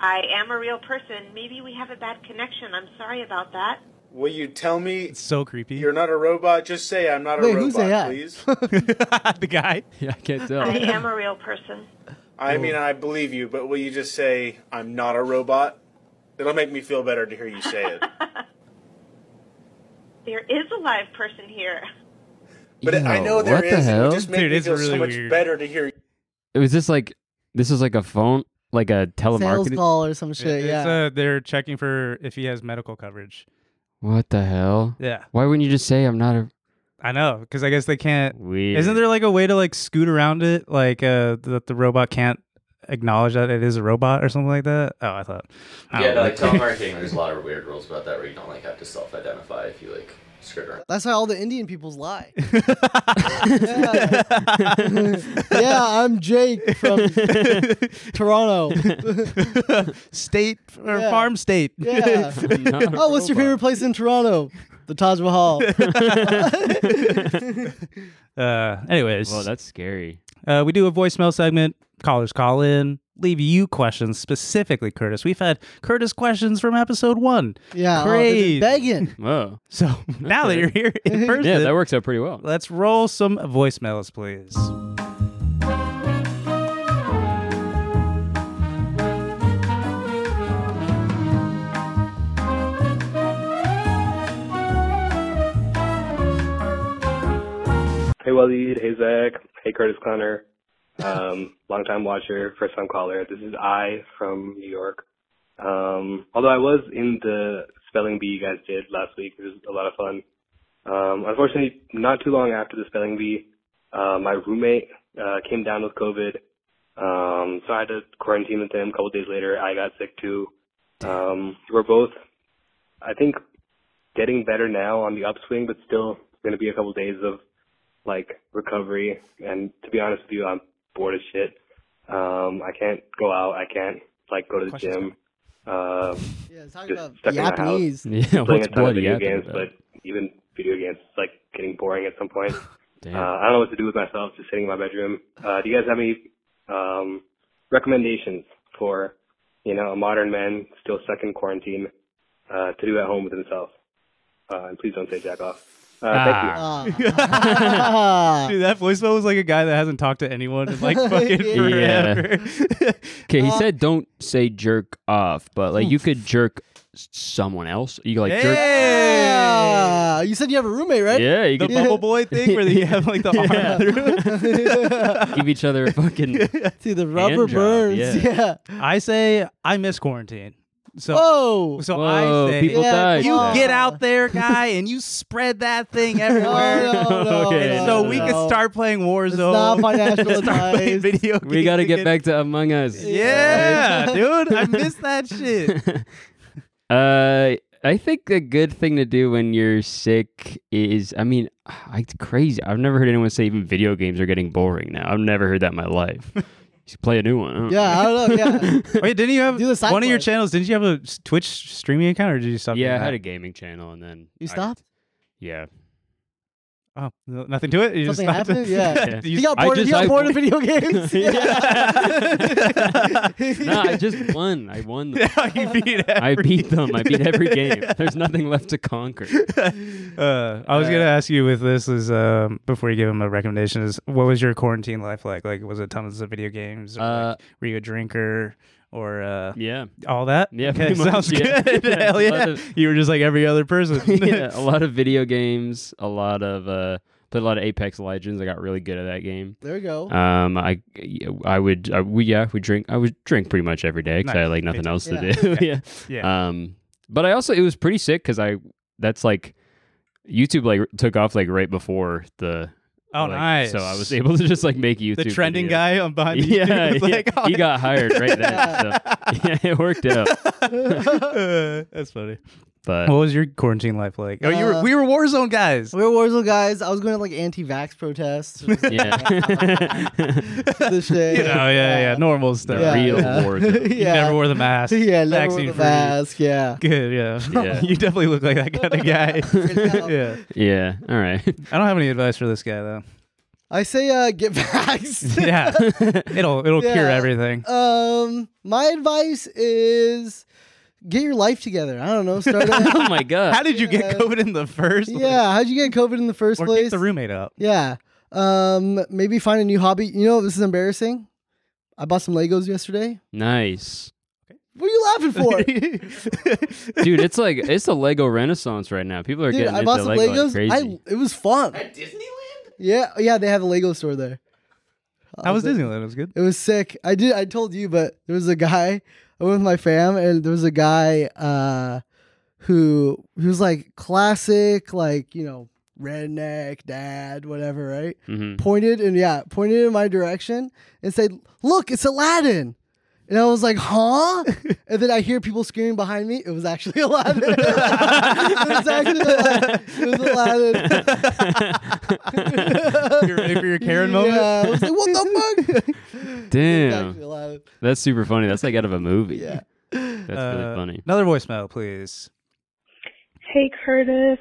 I am a real person. Maybe we have a bad connection. I'm sorry about that. Will you tell me It's so creepy. you're not a robot? Just say I'm not Wait, a who's robot, AI? please. the guy. Yeah, I can't I tell. am a real person. I mean, I believe you, but will you just say I'm not a robot? It'll make me feel better to hear you say it. There is a live person here. But I Yo, know there what is. the It hell? would just make Dude, me it's feel so really much weird. better to hear. it was this like this is like a phone, like a Sales telemarketing. call or some shit. It's, Yeah. uh, they're checking for if he has medical coverage. What the hell? Yeah, Why wouldn't you just say I'm not a I know, because I guess they can't. weird? Isn't there like a way to like scoot around it, like uh, that the robot can't acknowledge that it is a robot or something like that? Oh, I thought. I Yeah, don't know. no, like telemarketing, there's a lot of weird rules about that where you don't like have to self identify if you like skirt around. That's why all the Indian peoples lie. yeah. Yeah, I'm Jake from Toronto. state or Yeah. farm state. yeah. Oh, what's your favorite place in Toronto? The Taj Mahal. Uh, anyways, Well, that's scary. Uh, we do a voicemail segment. Callers call in, leave you questions specifically, Curtis. We've had Curtis questions from episode one. Yeah, oh, they're just Great. begging. Whoa. So now that you're here in person, Yeah, that works out pretty well. let's roll some voicemails, please. Hey Waleed, hey Zach, hey Curtis Connor, um, longtime watcher, first time caller. This is I from New York. Um, although I was in the spelling bee you guys did last week, it was a lot of fun. Um, unfortunately, not too long after the spelling bee, uh, my roommate uh, came down with COVID, um, so I had to quarantine with him. A couple days later, I got sick too. Um, we're both, I think, getting better now on the upswing, but still going to be a couple days of like recovery and to be honest with you i'm bored as shit um i can't go out i can't like go to the Questions gym uh Yeah, talking Just about stuck in my house. Japanese. Yeah, playing what's a ton of bloody video yapping games about? but even video games is, like getting boring at some point Damn. uh i don't know what to do with myself just sitting in my bedroom uh do you guys have any um recommendations for you know a modern man still stuck in quarantine uh to do at home with himself uh and please don't say jack off uh thank Ah. you Ah. Dude, that voicemail was like a guy that hasn't talked to anyone in like fucking Yeah. forever. Okay, he said don't say jerk off, but like you could jerk s- someone else. You could, like jerk. hey! Ah, you said you have a roommate, right? Yeah, you The could bubble boy thing where they have like the arm through. give each other a fucking. See, the rubber job, burns. yeah. Yeah. I say I miss quarantine. So Whoa. so Whoa, I say people Yeah, died. come You Oh. get out there, guy, and you spread that thing No, everywhere. no, no, Okay, no, so no, we Oh, no. can start playing Warzone. It's not financial start playing advice. video We got to games get back to Among Us. again. Yeah, dude, I miss that shit. Uh, I think a good thing to do when you're sick is, I mean, I, it's crazy. I've never heard anyone say even video games are getting boring now. I've never heard that in my life. Just play a new one. I don't Yeah, I don't know. Yeah. Wait, didn't you have Do the side one of your quest. channels? Didn't you have a s- Twitch streaming account, or did you stop? know. Yeah, I doing had a that? gaming channel and then You I- stopped? yeah. Oh, no- nothing to it. You just Something stopped happened? Yeah. Yeah. He You- got I bored, just- he got I- bored of video games. No, I just won. I won. Them. you beat I every- beat them. I beat every game. There's nothing left to conquer. Uh, I was gonna ask you with this is um, before you give him a recommendation is what was your quarantine life like? Like was it tons of video games? Or Uh, like, were you a drinker or uh, Yeah. all that? Yeah, okay, pretty much, sounds yeah. good. Yeah, Hell a yeah, lot of- you were just like every other person. yeah, a lot of video games, a lot of uh played a lot of Apex Legends. I got really good at that game. there we go. Um I I would I, we yeah, we drink I would drink pretty much every day cuz I Nice. had like Me nothing too. else Yeah. to do. yeah. Yeah. Um but I also it was pretty sick cuz I that's like YouTube like took off like right before the Oh, like, nice. So I was able to just like make YouTube the trending videos. guy on behind the Yeah, YouTube, yeah. like, oh, he got hired right then. So, yeah, it worked out. uh, that's funny. But what was your quarantine life like? Oh, you were, we were Warzone guys. We were Warzone guys. I was going to like anti-vax protests. Yeah. the shit. You know, yeah, yeah, normal stuff. Yeah, real yeah. Warzone. You never wore the mask. Yeah, never wore Vaccine the free. mask. Yeah. Good, yeah. Yeah. you definitely look like that kind of guy. yeah. yeah. All right. I don't have any advice for this guy though. I say uh get vaxxed. Yeah. it'll it'll cure Yeah. everything. Um my advice is get your life together. I don't know, start a, Oh my god. How did you Yeah. get COVID in the first? place? Yeah, how'd you get COVID in the first Or place? keep the roommate up. yeah. Um maybe find a new hobby. You know this is embarrassing. I bought some Legos yesterday. nice. What are you laughing for? Dude, it's like it's a Lego renaissance right now. People are Dude, getting I into bought some Lego like Legos. crazy. I it was fun. At Disneyland? Yeah, yeah, they have a Lego store there. How was Uh, but- Disneyland? It was good. It was sick. I did. I told you, but there was a guy. I went with my fam, and there was a guy uh, who he was like classic, like you know, redneck dad, whatever, right? Mhm. Pointed and yeah, pointed in my direction and said, "Look, it's Aladdin." And I was like, "Huh?" and then I hear people screaming behind me. It was actually Aladdin. it was actually Aladdin. It was Aladdin. You ready for your Karen moment? Yeah, I was like, "What the fuck?" It was actually Damn. Aladdin. That's super funny. That's like out of a movie. Yeah. That's Uh, really funny. Another voicemail, please. Hey Curtis.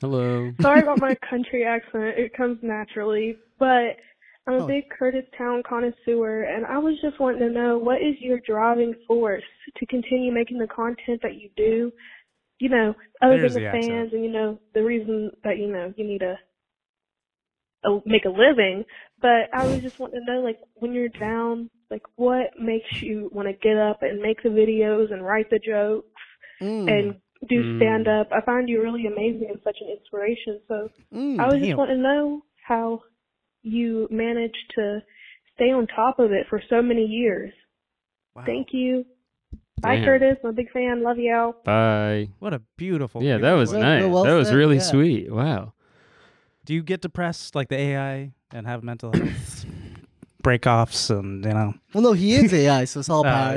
Hello. Sorry about my country accent. It comes naturally, but I'm a Oh. big Curtis Town connoisseur and I was just wanting to know what is your driving force to continue making the content that you do? You know, other There's than the, the fans accent. and you know, the reason that you know, you need a, a make a living, but I was just wanting to know like when you're down, like what makes you want to get up and make the videos and write the jokes? Mm, and do Mm. stand up. I find you really amazing and such an inspiration. So mm. I was damn. just wanting to know how you managed to stay on top of it for so many years. Thank you. Bye, Damn. Curtis. I'm a big fan. Love y'all. Bye. What a beautiful. Yeah, that was Well, nice. well that was said, really yeah. sweet. Wow. Do you get depressed like the AI and have mental health break offs and you know? Well, no, he is AI, so it's all Oh, power.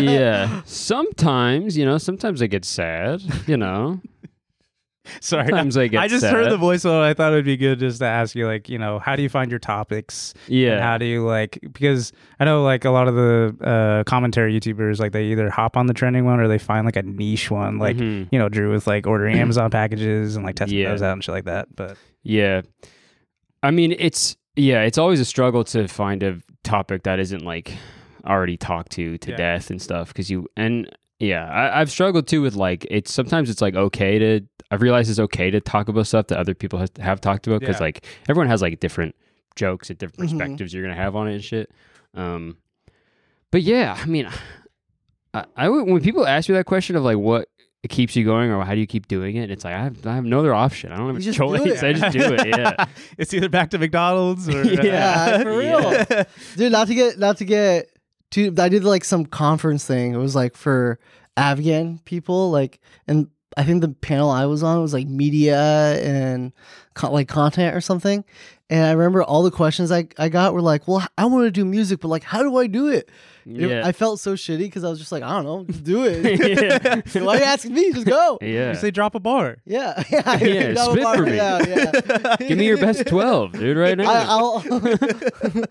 Yeah. yeah. Sometimes, you know, sometimes I get sad, you know. Sorry, Sometimes I get I just sad. heard the voicemail. and I thought it'd be good just to ask you, like, you know, how do you find your topics? Yeah. And how do you like? Because I know, like, a lot of the uh, commentary YouTubers, like, they either hop on the trending one or they find like a niche one, like Mhm. you know, Drew with like ordering Amazon packages and like testing Yeah. those out and shit like that. But Yeah. I mean, it's yeah, it's always a struggle to find a topic that isn't like already talked to to Yeah. death and stuff because you and yeah, I, I've struggled too with like it's sometimes it's like okay to I've realized it's okay to talk about stuff that other people has, have talked about because Yeah. like everyone has like different jokes and different Mhm. perspectives you're gonna have on it and shit. Um, but yeah, I mean, I, I would- when people ask me that question of like what keeps you going or how do you keep doing it, it's like I have, I have no other option. I don't have You a just do choice. it. I just do it. Yeah. it's either back to McDonald's or Yeah, for real. Yeah. Dude, not to get not to get too I did like some conference thing. It was like for Afghan people, like and I think the panel I was on was like media and con- like content or something. And I remember all the questions I, I got were like, well, I want to do music, but like, how do I do it? And it- Yeah. I felt so shitty because I was just like, I don't know, just do it. yeah. Why are you asking me? Just go. Yeah. You say drop a bar. Yeah. yeah. I figured out spit about for it me. out, yeah. Give me your best 12, dude, right now. I, I'll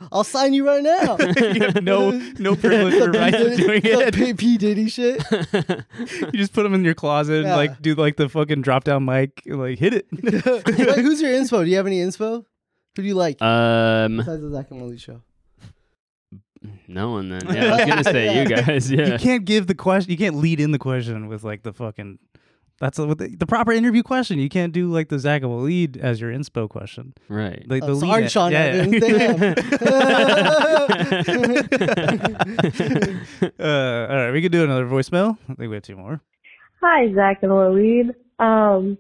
I'll sign you right now. you have no no privilege or right to doing The it. P, P Diddy shit. You just put them in your closet Yeah. and like do like the fucking drop down mic, and, like hit it. Wait, who's your inspo? Do you have any inspo? Who do you like um, besides the Zach and Molly show? no one then. Yeah, I was gonna say you guys. You Yeah, can't give the question. You can't lead in the question with like the fucking. That's what the, the proper interview question. You can't do like the Zach of a lead as your inspo question. right. Like the Oh, sorry, lead. Sean Evans. Damn. uh, all right, we could do another voicemail. I think we have two more. Hi, Zach and Waleed. Um,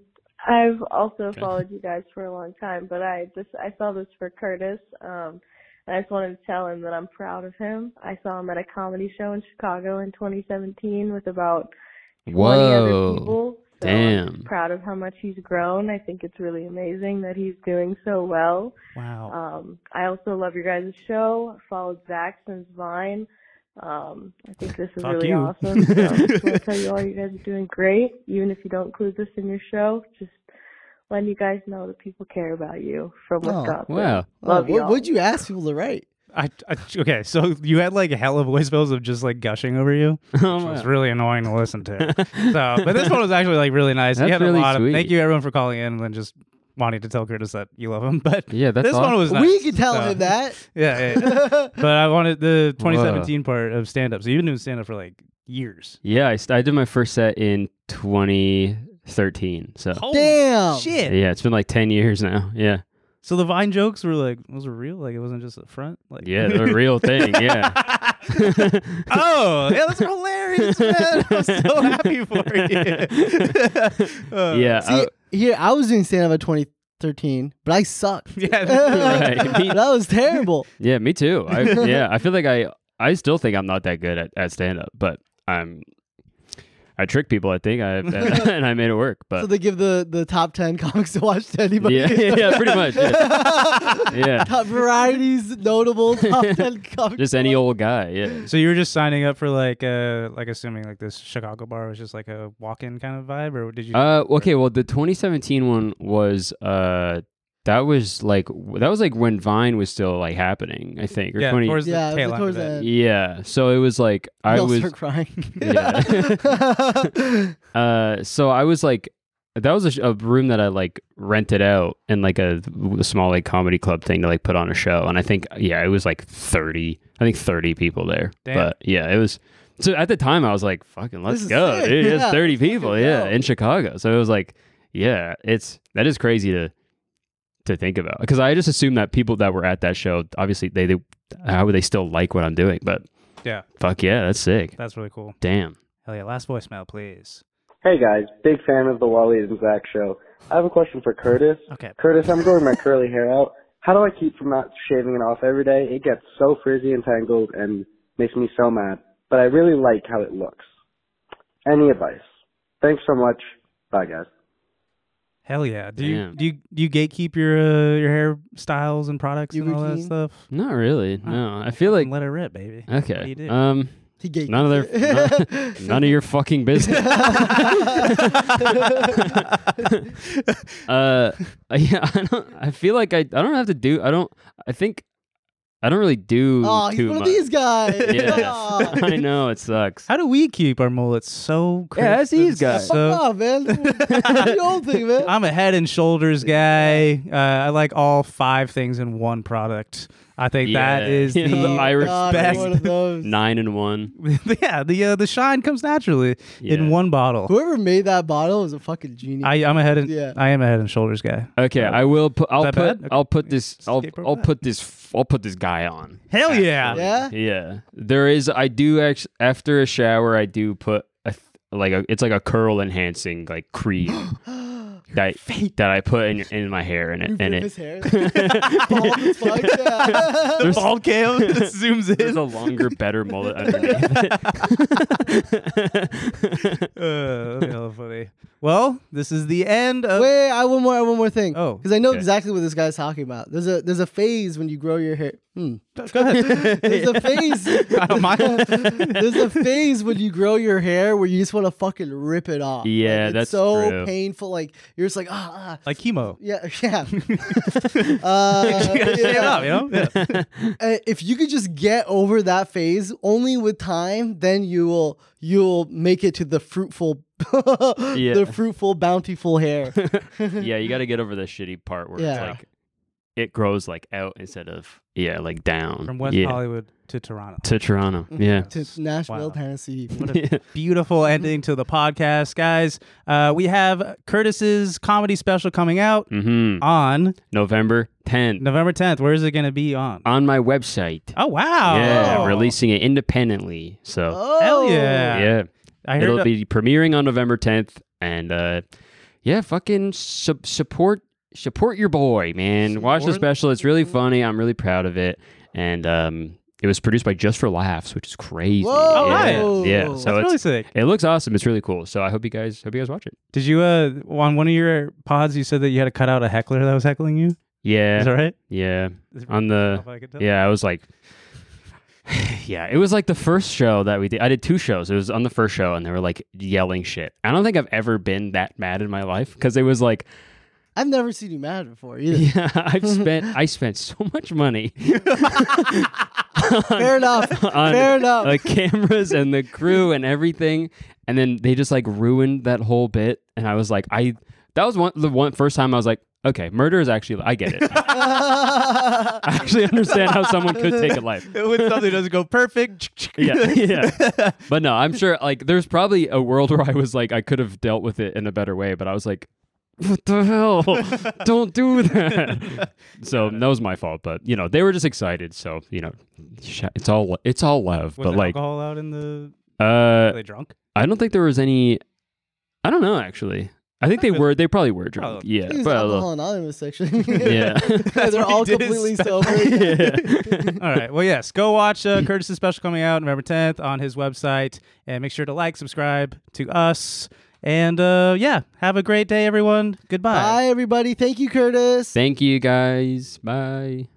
I've also followed you guys for a long time, but I just I saw this for Curtis. Um, and I just wanted to tell him that I'm proud of him. I saw him at a comedy show in Chicago in 2017 with about 20 other Whoa. people. So I'm Damn. proud of how much he's grown. I think it's really amazing that he's doing so well. Wow. Uh, Um, I also love your guys' show. I followed Zach since Vine. Um, I think this is Fuck really you. awesome. So I just want to tell you all you guys are doing great. Even if you don't include this in your show, just letting you guys know that people care about you from Wisconsin. Love Oh, what y'all. would you ask people to write? I, I okay, so you had like hella voicemails of just like gushing over you, which Oh, was really annoying to listen to. so, but this one was actually like really nice. That's you had really a lot sweet. of thank you everyone for calling in and then just wanting to tell Curtis that you love him. But Yeah, that's this one was awesome. nice. We could tell So- him that. Yeah, yeah, yeah. but I wanted the 2017 part of stand up. So you've been doing stand up for like years. Yeah, I, st- I did my first set in 2013. So Damn. Shit. yeah, it's been like 10 years now. Yeah. So the Vine jokes were like, those were real. Like it wasn't just a front. Like Yeah, they're a real thing. Yeah. oh, yeah, that's hilarious, man. I'm so happy for you. Uh, yeah. See, I- here I was doing stand up at 2013, but I sucked. Yeah, right. Me- that was terrible. yeah, me too. I, yeah, I feel like I I still think I'm not that good at, at stand up, but I'm I trick people, I think, I and, I made it work. But So they give the the top 10 comics to watch to anybody. Yeah, yeah, yeah, pretty much, yeah. Yeah. Top varieties, notable top 10 comics. just any old guy. Yeah. So you were just signing up for like uh like assuming like this Chicago bar was just like a walk in kind of vibe or did you Uh, okay. Well, the 2017 one was uh, that was like w- that was like when Vine was still like happening, I think. Or Yeah, 20, towards the Yeah, it was tail end towards of the it. end. Yeah. So it was like I They'll was start crying. Yeah. uh, so I was like, that was a, sh- a room that I like rented out in like a, a small like comedy club thing to like put on a show, and I think yeah, it was like 30. I think 30 people there. Damn. But yeah, it was. So at the time, I was like, "Fucking, let's is go, sick. dude!" It's Yeah. 30 people, yeah, in Chicago. So it was like, yeah, it's that is crazy to to think about because I just assumed that people that were at that show, obviously, they, they how would they still like what I'm doing? But Yeah. fuck yeah, that's sick. That's really cool. Damn. Hell yeah, last voicemail, please. Hey guys, big fan of the Wally and Zach show. I have a question for Curtis. Okay. Curtis, I'm growing my curly hair out. How do I keep from not shaving it off every day? It gets so frizzy and tangled and makes me so mad. But I really like how it looks. Any advice? Thanks so much. Bye guys. Hell yeah. Do you Damn. do you do you gatekeep your uh, your hairstyles and products and all that routine? stuff? Not really. No, I feel like let it rip, baby. Okay. What do you do? Um, He gatekeeps none of their, it. none, none of your fucking business. uh, yeah, I don't. I feel like I. I don't have to do. I don't. I think. I don't really do Oh, he's too one much. of these guys. Yeah. Aw. I know it sucks. How do we keep our mullets so crisp? Yeah, that's these and guys. So, Fuck off, man. the old thing, man. I'm a head and shoulders guy. Uh, I like all five things in one product. I think that Yeah. is the, Yeah, the Irish God, I'm one best. of those. Nine and one. yeah, the uh, the shine comes naturally Yeah. in one bottle. Whoever made that bottle was a fucking genius. I, I'm a head and Yeah. I am a head and shoulders guy. Okay, I will. Pu- I'll that put. bad? I'll put this. I'll. skip over I'll that. put this. f- I'll put this guy on. Hell yeah! yeah. Yeah, there is. I do actually after a shower, I do put a th- like a it's like a curl enhancing like cream that that I put in in my hair and it and Rip his it. hair. Bald as fuck, yeah. There's- Bald cam zooms in. There's a longer, better mullet underneath it. Uh, that'd be hella funny. Well, this is the end of. Wait, I have one more, I have one more thing. Oh, because I know okay. exactly what this guy's talking about. There's a there's a phase when you grow your hair. Hmm. Go ahead. There's a phase. I don't mind. there's a phase when you grow your hair where you just want to fucking rip it off. Yeah, like, it's that's so true. painful. Like you're just like ah, ah like chemo. yeah, yeah. uh, Shave it yeah. up, you know? Yeah. Uh, if you could just get over that phase only with time then you will you'll make it to the fruitful the fruitful bountiful hair yeah, you got to get over the shitty part where Yeah. it's like it grows like out instead of yeah, like down From West yeah. Hollywood Mm-hmm. to Toronto. to Toronto. Yeah. to nashville Wow. tennessee What a Mm-hmm. beautiful ending to the podcast, guys. Uh, we have Curtis's comedy special coming out hmm on November 10th November 10th. Where is it going to be on? on my website. Oh, wow. Uh, Yeah, releasing it independently. So Oh, Hell yeah. yeah, I heard it'll a- be premiering on November 10th, and uh, yeah, fucking su- support support your boy, man. Watch the Support- special; it's really funny. I'm really proud of it, and um, it was produced by Just for Laughs, which is crazy. Whoa. Yeah, Nice. yeah. That's So That's really it's, sick. it looks awesome. It's really cool. So I hope you guys hope you guys watch it. Did you, uh, on one of your pods, you said that you had to cut out a heckler that was heckling you? Yeah, Is that right? yeah. Is it- On the if I could tell? yeah, I was like, yeah, it was like the first show that we did. I did two shows. It was on the first show, and they were like yelling shit. I don't think I've ever been that mad in my life because it was like, I've never seen you mad before either. yeah, I've spent I spent so much money Fair enough. on Fair enough. the cameras and the crew and everything, and then they just like ruined that whole bit. And I was like, I that was one the one first time I was like, okay, murder is actually I get it. I actually understand how someone could take a life. when something doesn't go perfect. yeah, yeah. But no, I'm sure like there's probably a world where I was like I could have dealt with it in a better way, but I was like, what the hell? Don't do that. so that was my fault, but you know they were just excited, so you know sh- it's all it's all love. Was but there like, alcohol out in the? uh, were they drunk? I don't think there was any. I don't know actually. I think they were. They probably were drunk. Probably. Yeah, He was but a alcohol little- anonymous section. Yeah. they're all completely sober. All right. Well, yes. Go watch uh, Curtis's special coming out November 10th on his website, and make sure to like, subscribe to us, and uh, yeah, have a great day, everyone. Goodbye. Bye, everybody. Thank you, Curtis. Thank you guys. Bye.